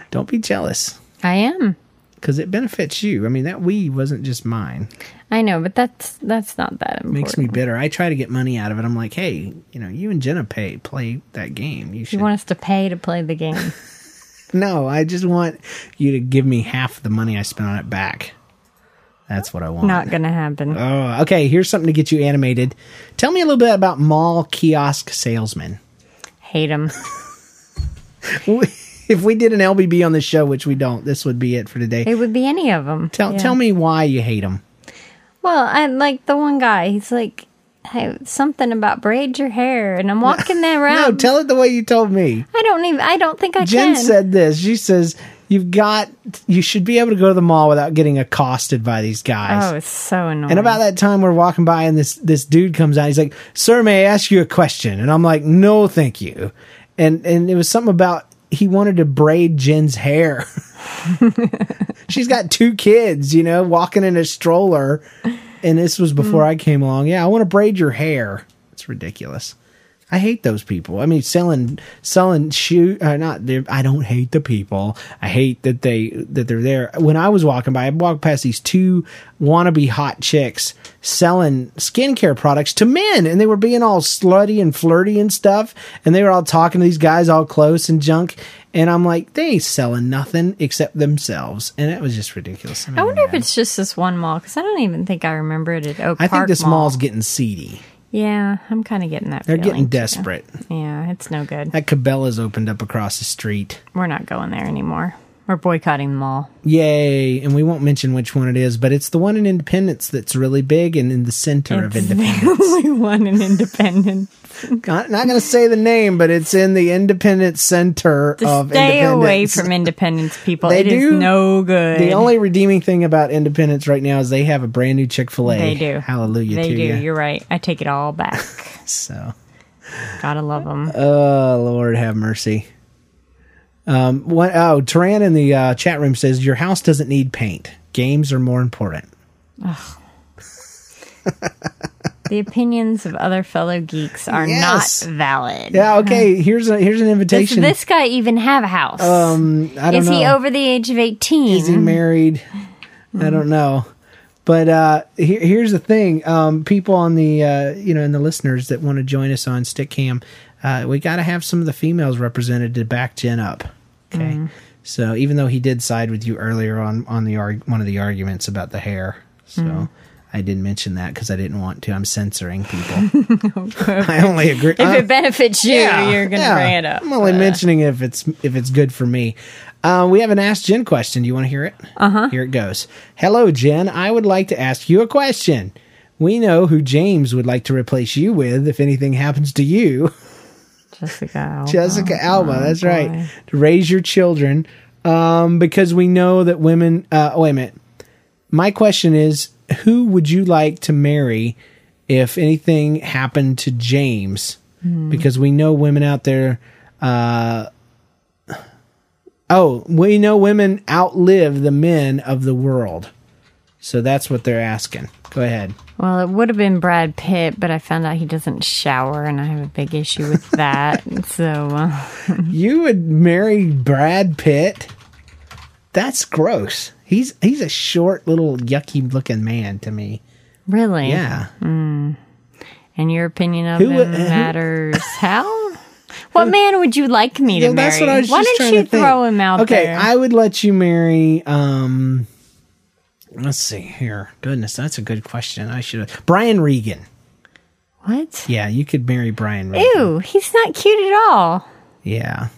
Speaker 1: Don't be jealous
Speaker 2: I am.
Speaker 1: because it benefits you. I mean, that we wasn't just mine.
Speaker 2: I know, but that's that's not that important.
Speaker 1: makes me bitter. I try to get money out of it. I'm like, hey, you know, you and Jenna pay play that game. You should.
Speaker 2: you want us to pay to play the game.
Speaker 1: no, I just want you to give me half the money I spent on it back. That's what I want.
Speaker 2: not going to happen.
Speaker 1: oh, okay. Here's something to get you animated. Tell me a little bit about mall kiosk salesman.
Speaker 2: Hate them.
Speaker 1: if we did an LBB on this show, which we don't, this would be it for today.
Speaker 2: It would be any of them.
Speaker 1: Tell tell me why you hate him.
Speaker 2: Well, I like the one guy. He's like, hey, something about braid your hair, and I'm walking there
Speaker 1: No,
Speaker 2: around.
Speaker 1: tell it the way you told me.
Speaker 2: I don't even. I don't think Um, I
Speaker 1: Jen
Speaker 2: can.
Speaker 1: said this. She says you've got you should be able to go to the mall without getting accosted by these guys.
Speaker 2: oh, it's so annoying.
Speaker 1: And about that time, we're walking by, and this this dude comes out. He's like, "Sir, may I ask you a question?" And I'm like, "No, thank you." And and it was something about he wanted to braid Jen's hair. She's got two kids, you know, walking in a stroller, and this was before I came along. Yeah, I want to braid your hair. It's ridiculous. I hate those people. I mean, selling selling shoe. Uh, not they're- I don't hate the people. I hate that they that they're there. When I was walking by, I walked past these two wannabe hot chicks selling skincare products to men, and they were being all slutty and flirty and stuff. And they were all talking to these guys all close and junk. And I'm like, they ain't selling nothing except themselves, and that was just ridiculous.
Speaker 2: I wonder if
Speaker 1: mad.
Speaker 2: it's just this one mall because I don't even think I remember it at Oak
Speaker 1: I think
Speaker 2: Park
Speaker 1: this
Speaker 2: Mall.
Speaker 1: mall's getting seedy.
Speaker 2: Yeah, I'm kind of getting that.
Speaker 1: They're
Speaker 2: feeling,
Speaker 1: getting
Speaker 2: too.
Speaker 1: desperate.
Speaker 2: Yeah, it's no good.
Speaker 1: That Cabela's opened up across the street.
Speaker 2: We're not going there anymore. We're boycotting the mall.
Speaker 1: Yay! And we won't mention which one it is, but it's the one in Independence that's really big and in the center of Independence.
Speaker 2: Only one in Independence.
Speaker 1: Not, not going to say the name, but it's in the Independence Center of
Speaker 2: Stay
Speaker 1: Independence.
Speaker 2: away from Independence, people.
Speaker 1: They
Speaker 2: It is
Speaker 1: do-
Speaker 2: no good.
Speaker 1: The only redeeming thing about Independence right now is they have a brand new Chick Fil A.
Speaker 2: they do.
Speaker 1: Hallelujah
Speaker 2: They
Speaker 1: to
Speaker 2: do.
Speaker 1: you.
Speaker 2: You're right. I take it all back.
Speaker 1: So,
Speaker 2: Gotta love them.
Speaker 1: oh Lord, have mercy. Um, what? Oh, Taran in the uh, chat room says your house doesn't need paint. Games are more important.
Speaker 2: the opinions of other fellow geeks are
Speaker 1: Yes.
Speaker 2: not valid.
Speaker 1: Yeah. Okay. Here's a here's an
Speaker 2: Does
Speaker 1: invitation.
Speaker 2: Uh-huh. this guy even have a house?
Speaker 1: um, I don't
Speaker 2: is
Speaker 1: know.
Speaker 2: he over the age of
Speaker 1: Is he
Speaker 2: 18?
Speaker 1: married? I
Speaker 2: Mm-hmm.
Speaker 1: don't know. But uh, here, here's the thing: um, people on the uh, you know, and the listeners that want to join us on Stickcam, uh, we got to have some of the females represented to back Jen up. Okay.
Speaker 2: Mm-hmm.
Speaker 1: So even though he did side with you earlier on on the arg- one of the arguments about the hair, so
Speaker 2: Mm-hmm.
Speaker 1: I didn't mention that because I didn't want to. I'm censoring people. I only agree.
Speaker 2: Oh, If it benefits you, you're going to bring it up.
Speaker 1: I'm only mentioning if it's if it's good for me. Uh, we have an Ask Jen question. Do you want to hear it? Uh
Speaker 2: Uh-huh.
Speaker 1: huh. Here it goes. Hello, Jen. I would like to ask you a question. We know who James would like to replace you with if anything happens to you.
Speaker 2: Jessica.
Speaker 1: Jessica Alba. Oh That's
Speaker 2: boy.
Speaker 1: right. To raise your children, um, because we know that women. Uh, wait a minute. My question is, who would you like to marry if anything happened to James? Because we know women out there. Uh, oh, we know women outlive the men of the world. So that's what they're asking. Go ahead.
Speaker 2: Well, it would have been Brad Pitt, but I found out he doesn't shower, and I have a big issue with that. so uh,
Speaker 1: You would marry Brad Pitt? That's gross. He's he's a short little yucky looking man to me.
Speaker 2: really,
Speaker 1: Yeah.
Speaker 2: And your opinion of
Speaker 1: Who
Speaker 2: him
Speaker 1: would- uh, who-
Speaker 2: matters how? What man would you like me to
Speaker 1: Yeah,
Speaker 2: marry?
Speaker 1: that's what I was
Speaker 2: Why
Speaker 1: just
Speaker 2: didn't
Speaker 1: trying
Speaker 2: you
Speaker 1: to think.
Speaker 2: throw him out
Speaker 1: okay,
Speaker 2: there?
Speaker 1: I would let you marry. um Let's see here. Goodness, that's a good question. I should have Brian Regan.
Speaker 2: what?
Speaker 1: Yeah, you could marry Brian Regan.
Speaker 2: Ew, he's not cute at all.
Speaker 1: Yeah,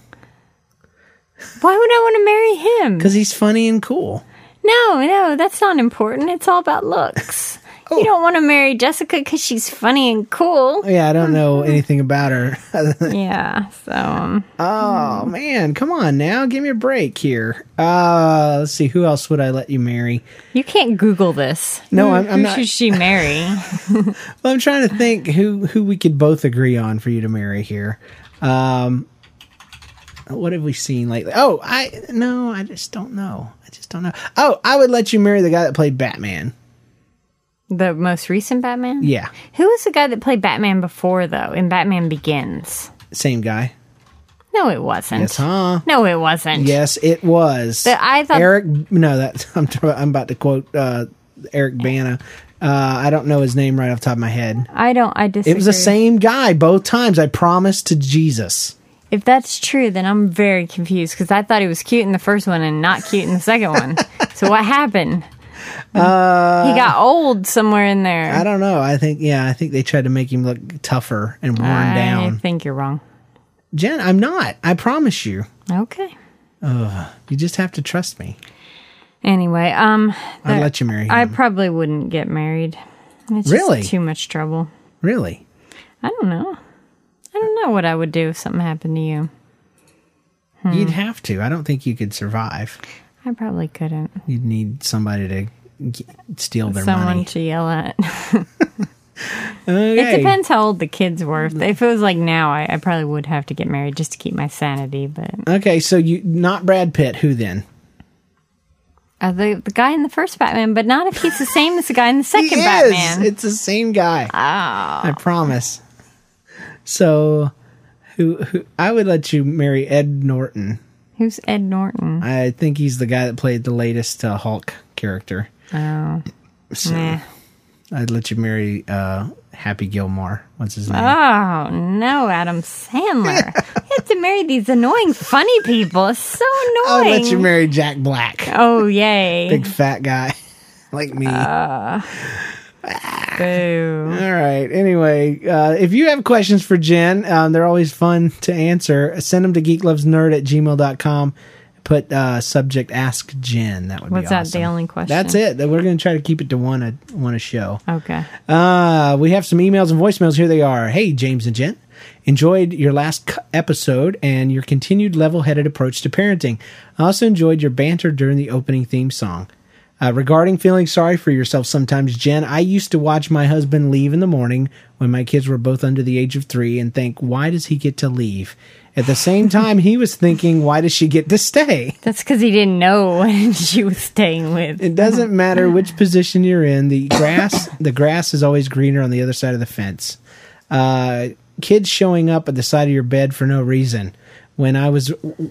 Speaker 2: Why would I want to marry him?
Speaker 1: because he's funny and cool.
Speaker 2: No, no, that's not important. It's all about looks. You don't want to marry Jessica because she's funny and cool.
Speaker 1: Yeah, I don't
Speaker 2: Mm-hmm.
Speaker 1: know anything about her.
Speaker 2: Yeah, so um,
Speaker 1: oh man, come on now, give me a break here. Uh Let's see, who else would I let you marry?
Speaker 2: you can't Google this.
Speaker 1: No,
Speaker 2: Who-
Speaker 1: I'm- I'm
Speaker 2: who
Speaker 1: not-
Speaker 2: should she marry?
Speaker 1: Well, I'm trying to think who who we could both agree on for you to marry here. Um, what have we seen lately? Oh, I no, I just don't know. I just don't know. Oh, I would let you marry the guy that played Batman.
Speaker 2: the most recent Batman?
Speaker 1: Yeah,
Speaker 2: Who was the guy that played Batman before, though, in Batman Begins?
Speaker 1: same guy.
Speaker 2: No, it wasn't.
Speaker 1: Yes, huh?
Speaker 2: No, it wasn't.
Speaker 1: Yes, it was.
Speaker 2: But I thought-
Speaker 1: Eric. No, that I'm I'm about to quote uh, Eric Bana. Uh, I don't know his name right off the top of my head.
Speaker 2: I don't. I disagree.
Speaker 1: It was the same guy both times. I promised to Jesus.
Speaker 2: If that's true, then I'm very confused because I thought he was cute in the first one and not cute in the second one. so what happened? he got old somewhere in there.
Speaker 1: Uh, I don't know. I think yeah. I think they tried to make him look tougher and worn
Speaker 2: I
Speaker 1: down.
Speaker 2: think you're wrong.
Speaker 1: Jen, I'm not. I promise you.
Speaker 2: Okay.
Speaker 1: You just have to trust me.
Speaker 2: Anyway, um,
Speaker 1: I'd let you marry him.
Speaker 2: I probably wouldn't get married. It's just
Speaker 1: Mm. Really?
Speaker 2: too much trouble.
Speaker 1: really?
Speaker 2: I don't know. I don't know what I would do if something happened to you. Hmm.
Speaker 1: You'd have to. I don't think you could survive.
Speaker 2: I probably couldn't.
Speaker 1: You'd need somebody to g- steal their
Speaker 2: Someone
Speaker 1: money.
Speaker 2: to yell at.
Speaker 1: Okay.
Speaker 2: It depends how old the kids were.
Speaker 1: Mm.
Speaker 2: If- If it was like now, I, I probably would have to get married just to keep my sanity. But
Speaker 1: Okay, so you not Brad Pitt. Who then?
Speaker 2: uh, the the guy in the first Batman, but not if he's the same as the guy in the second
Speaker 1: He is!
Speaker 2: Batman. Oh.
Speaker 1: It's the same guy. I promise. So, who, who? I would let you marry Ed Norton.
Speaker 2: Who's Ed Norton?
Speaker 1: I think he's the guy that played the latest uh, Hulk character.
Speaker 2: Oh,
Speaker 1: So
Speaker 2: meh.
Speaker 1: I'd let you marry uh, Happy Gilmore. What's his name?
Speaker 2: oh no, Adam Sandler. you have to marry these annoying, funny people. It's so
Speaker 1: I'll
Speaker 2: annoying.
Speaker 1: let you marry Jack Black,
Speaker 2: oh yay!
Speaker 1: big fat guy like me.
Speaker 2: Uh. Boo.
Speaker 1: All right. Anyway, uh, if you have questions for Jen, um, they're always fun to answer. Send them to geeklovesnerd at gmail.com. Put uh, subject ask Jen. That would be
Speaker 2: Was that
Speaker 1: awesome.
Speaker 2: the only question?
Speaker 1: That's it. We're going to try to keep it to one a, one a show.
Speaker 2: Okay.
Speaker 1: Uh, we have some emails and voicemails. Here they are. Hey, James and Jen. Enjoyed your last c- episode and your continued level headed approach to parenting. I also enjoyed your banter during the opening theme song. Uh, regarding feeling sorry for yourself sometimes, Jen, I used to watch my husband leave in the morning when my kids were both under the age of three and think, why does he get to leave? At the same time, he was thinking, why does she get to stay?
Speaker 2: That's because he didn't know what she was staying with.
Speaker 1: It doesn't matter which position you're in. The grass, the grass is always greener on the other side of the fence. Uh, kids showing up at the side of your bed for no reason. When I was,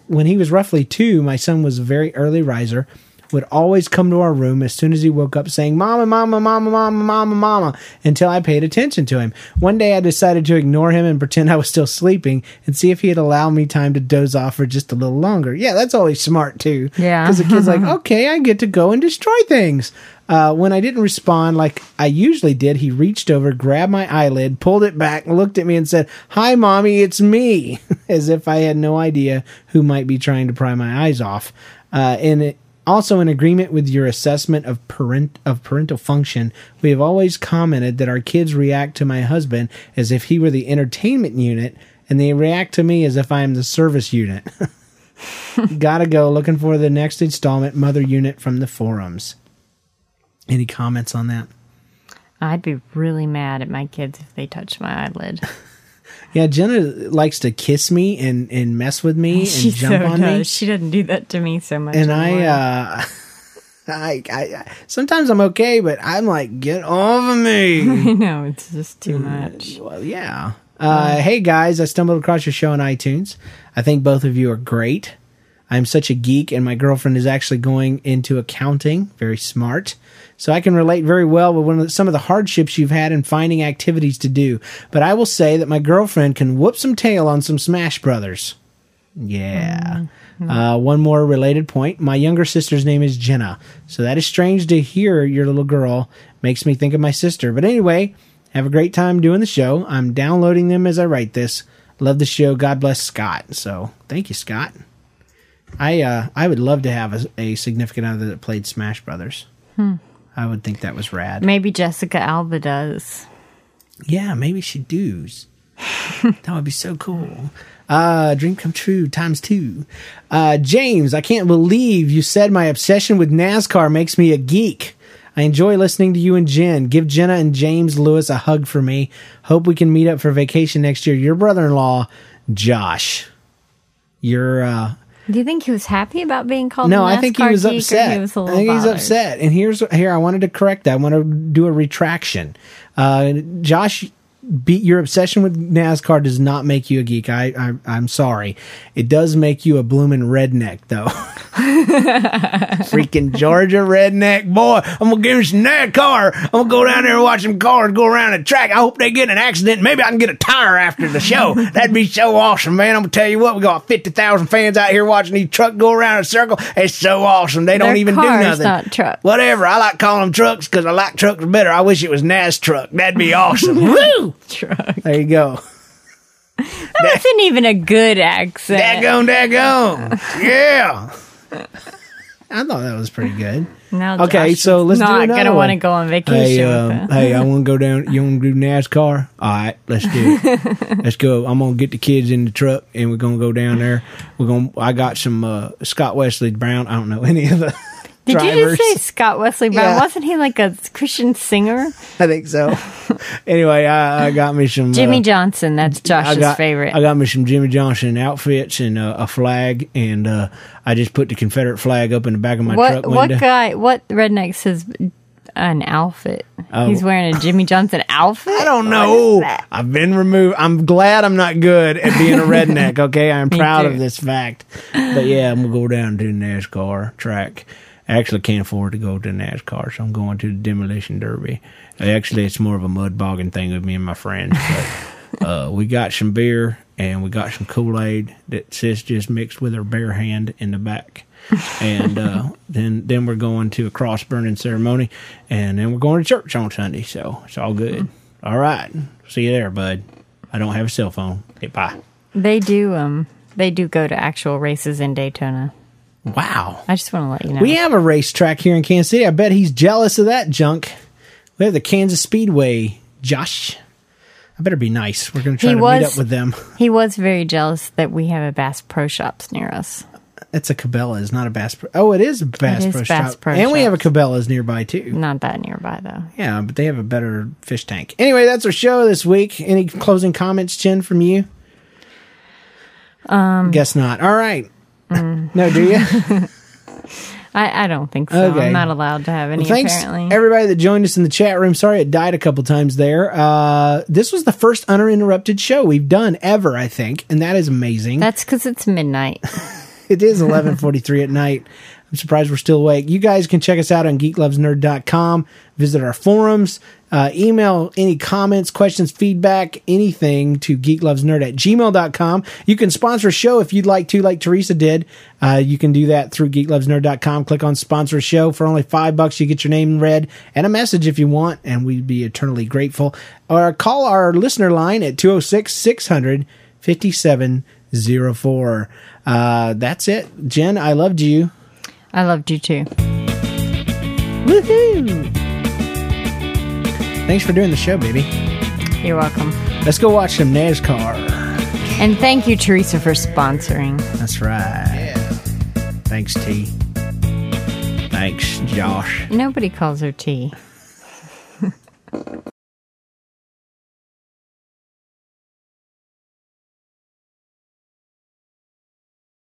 Speaker 1: when he was roughly two, my son was a very early riser. Would always come to our room as soon as he woke up, saying "Mama, Mama, Mama, Mama, Mama, Mama" until I paid attention to him. One day, I decided to ignore him and pretend I was still sleeping and see if he'd allow me time to doze off for just a little longer. Yeah, that's always smart too.
Speaker 2: Yeah.
Speaker 1: because the kid's like, okay, I get to go and destroy things. Uh, when I didn't respond like I usually did, he reached over, grabbed my eyelid, pulled it back, looked at me, and said, Hi, mommy, it's me, as if I had no idea who might be trying to pry my eyes off. Uh, and it, also, in agreement with your assessment of parent of parental function, we have always commented that our kids react to my husband as if he were the entertainment unit, and they react to me as if I am the service unit. Gotta go. Looking for the next installment, Mother Unit from the forums. Any comments on that?
Speaker 2: I'd be really mad at my kids if they touched my eyelid.
Speaker 1: Yeah, Jenna likes to kiss me and, and mess with me and
Speaker 2: she
Speaker 1: jump
Speaker 2: so
Speaker 1: on
Speaker 2: does.
Speaker 1: me.
Speaker 2: She doesn't do that to me so much.
Speaker 1: And I
Speaker 2: anymore.
Speaker 1: uh I, I, I sometimes I'm okay, but I'm like, get off of me.
Speaker 2: I know it's just
Speaker 1: Mm.
Speaker 2: too much.
Speaker 1: well, yeah. Uh, hey guys, I stumbled across your show on iTunes. I think both of you are great. I'm such a geek, and my girlfriend is actually going into accounting. Very smart. So I can relate very well with one of the, some of the hardships you've had in finding activities to do. But I will say that my girlfriend can whoop some tail on some Smash Brothers. Yeah. Uh, one more related point. My younger sister's name is Jenna. So that is strange to hear your little girl. Makes me think of my sister. But anyway, have a great time doing the show. I'm downloading them as I write this. Love the show. God bless Scott. So thank you, Scott. I uh, I would love to have a, a significant other that played Smash Brothers. I would think that was rad.
Speaker 2: Maybe Jessica Alba does.
Speaker 1: Yeah, maybe she does. that would be so cool. Uh, dream come true times two. Uh, James, I can't believe you said my obsession with NASCAR makes me a geek. I enjoy listening to you and Jen. Give Jenna and James Lewis a hug for me. Hope we can meet up for vacation next year. Your brother in law, Josh. Your uh,
Speaker 2: Do you think he was happy about being called?
Speaker 1: no,
Speaker 2: a
Speaker 1: I think he
Speaker 2: NASCAR
Speaker 1: was
Speaker 2: geek, or
Speaker 1: upset.
Speaker 2: He was a
Speaker 1: I
Speaker 2: little
Speaker 1: think he's
Speaker 2: bothered?
Speaker 1: upset. And here's here I wanted to correct that. I want to do a retraction. Uh, Josh, beat your obsession with NASCAR does not make you a geek. I, I I'm sorry. It does make you a bloomin' redneck though. Freaking Georgia redneck boy. I'm gonna give him some NASCAR. I'm gonna go down there and watch some cars go around the track. I hope they get in an accident. Maybe I can get a tire after the show. That'd be so awesome, man. I'm gonna tell you what, we got fifty thousand fans out here watching these truck go around in a circle. It's so awesome. They don't
Speaker 2: They're
Speaker 1: even
Speaker 2: cars,
Speaker 1: do nothing.
Speaker 2: not trucks.
Speaker 1: Whatever. I like calling them trucks because I like trucks better. I wish it was NAS truck. That'd be awesome. Woo!
Speaker 2: Truck.
Speaker 1: There you go.
Speaker 2: That wasn't even a good accent.
Speaker 1: Daggone, daggone. Yeah. I thought that was pretty good.
Speaker 2: Now
Speaker 1: Okay,
Speaker 2: Josh
Speaker 1: so
Speaker 2: is
Speaker 1: let's do
Speaker 2: Oh, not
Speaker 1: another
Speaker 2: gonna
Speaker 1: one.
Speaker 2: want to go on vacation.
Speaker 1: Hey,
Speaker 2: with
Speaker 1: um,
Speaker 2: him.
Speaker 1: hey, I want to go down. You want to do NASCAR? All right, let's do it. let's go. I'm gonna get the kids in the truck, and we're gonna go down there. We're gonna. I got some uh, Scott Wesley Brown. I don't know any of the
Speaker 2: Did you
Speaker 1: drivers.
Speaker 2: just say Scott Wesley Brown?
Speaker 1: Yeah. Uh,
Speaker 2: Wasn't he like a Christian singer?
Speaker 1: I think so. anyway, I, I got me some
Speaker 2: Jimmy
Speaker 1: uh,
Speaker 2: Johnson. That's Josh's
Speaker 1: I got,
Speaker 2: favorite.
Speaker 1: I got me some Jimmy Johnson outfits and uh, a flag, and uh, I just put the Confederate flag up in the back of my
Speaker 2: what
Speaker 1: truck
Speaker 2: what
Speaker 1: window.
Speaker 2: guy? What redneck says an outfit? He's wearing a Jimmy Johnson outfit.
Speaker 1: Oh. I don't know. I've been removed. I'm glad I'm not good at being a redneck. Okay, I'm proud of
Speaker 2: too.
Speaker 1: this fact. But yeah, I'm gonna go down to NASCAR track. I actually can't afford to go to NASCAR, so I'm going to the demolition derby. Actually, it's more of a mud bogging thing with me and my friends. But, uh, we got some beer and we got some Kool Aid that sis just mixed with her bare hand in the back. and uh, then then we're going to a cross burning ceremony, and then we're going to church on Sunday. So it's all good.
Speaker 2: Mm-hmm.
Speaker 1: All right, see you there, bud. I don't have a cell phone. Goodbye.
Speaker 2: They do. Um, they do go to actual races in Daytona.
Speaker 1: Wow,
Speaker 2: I just want to let you know.
Speaker 1: we have a racetrack here in Kansas City. I bet he's jealous of that junk. We have the Kansas Speedway, Josh. I better be nice. We're going to try
Speaker 2: He
Speaker 1: to meet
Speaker 2: was-
Speaker 1: up with them.
Speaker 2: he was very jealous that we have a Bass Pro Shops near us.
Speaker 1: It's a Cabela's, not a Bass Pro. Oh, it is a Bass
Speaker 2: It is
Speaker 1: Pro
Speaker 2: Bass
Speaker 1: Shop.
Speaker 2: Pro
Speaker 1: and we
Speaker 2: Shops.
Speaker 1: have a Cabela's nearby too.
Speaker 2: Not that nearby though.
Speaker 1: Yeah, but they have a better fish tank. Anyway, that's our show this week. Any closing comments, Jen, from you? Um, guess not. All right.
Speaker 2: mm.
Speaker 1: no, do you?
Speaker 2: I, I don't think so.
Speaker 1: Okay.
Speaker 2: I'm not allowed to have any
Speaker 1: Thanks
Speaker 2: apparently.
Speaker 1: everybody that joined us in the chat room. Sorry it died a couple times there. Uh, this was the first uninterrupted show we've done ever, I think, and that is amazing.
Speaker 2: That's because it's midnight.
Speaker 1: it is 11:43 at night. I'm surprised we're still awake. You guys can check us out on geeklovesnerd.com, visit our forums, uh, email any comments, questions, feedback, anything to geeklovesnerd at gmail.com. You can sponsor a show if you'd like to, like Teresa did. Uh, you can do that through geeklovesnerd.com. Click on sponsor a show. For only five bucks, you get your name read and a message if you want, and we'd be eternally grateful. Or call our listener line at 206 600 5704. Uh, that's it. Jen, I loved you.
Speaker 2: I loved you too.
Speaker 1: Woohoo! Thanks for doing the show, baby.
Speaker 2: You're welcome.
Speaker 1: Let's go watch some NASCAR.
Speaker 2: And thank you, Teresa, for sponsoring.
Speaker 1: That's right. Thanks, T. Thanks, Josh.
Speaker 2: Nobody calls her T.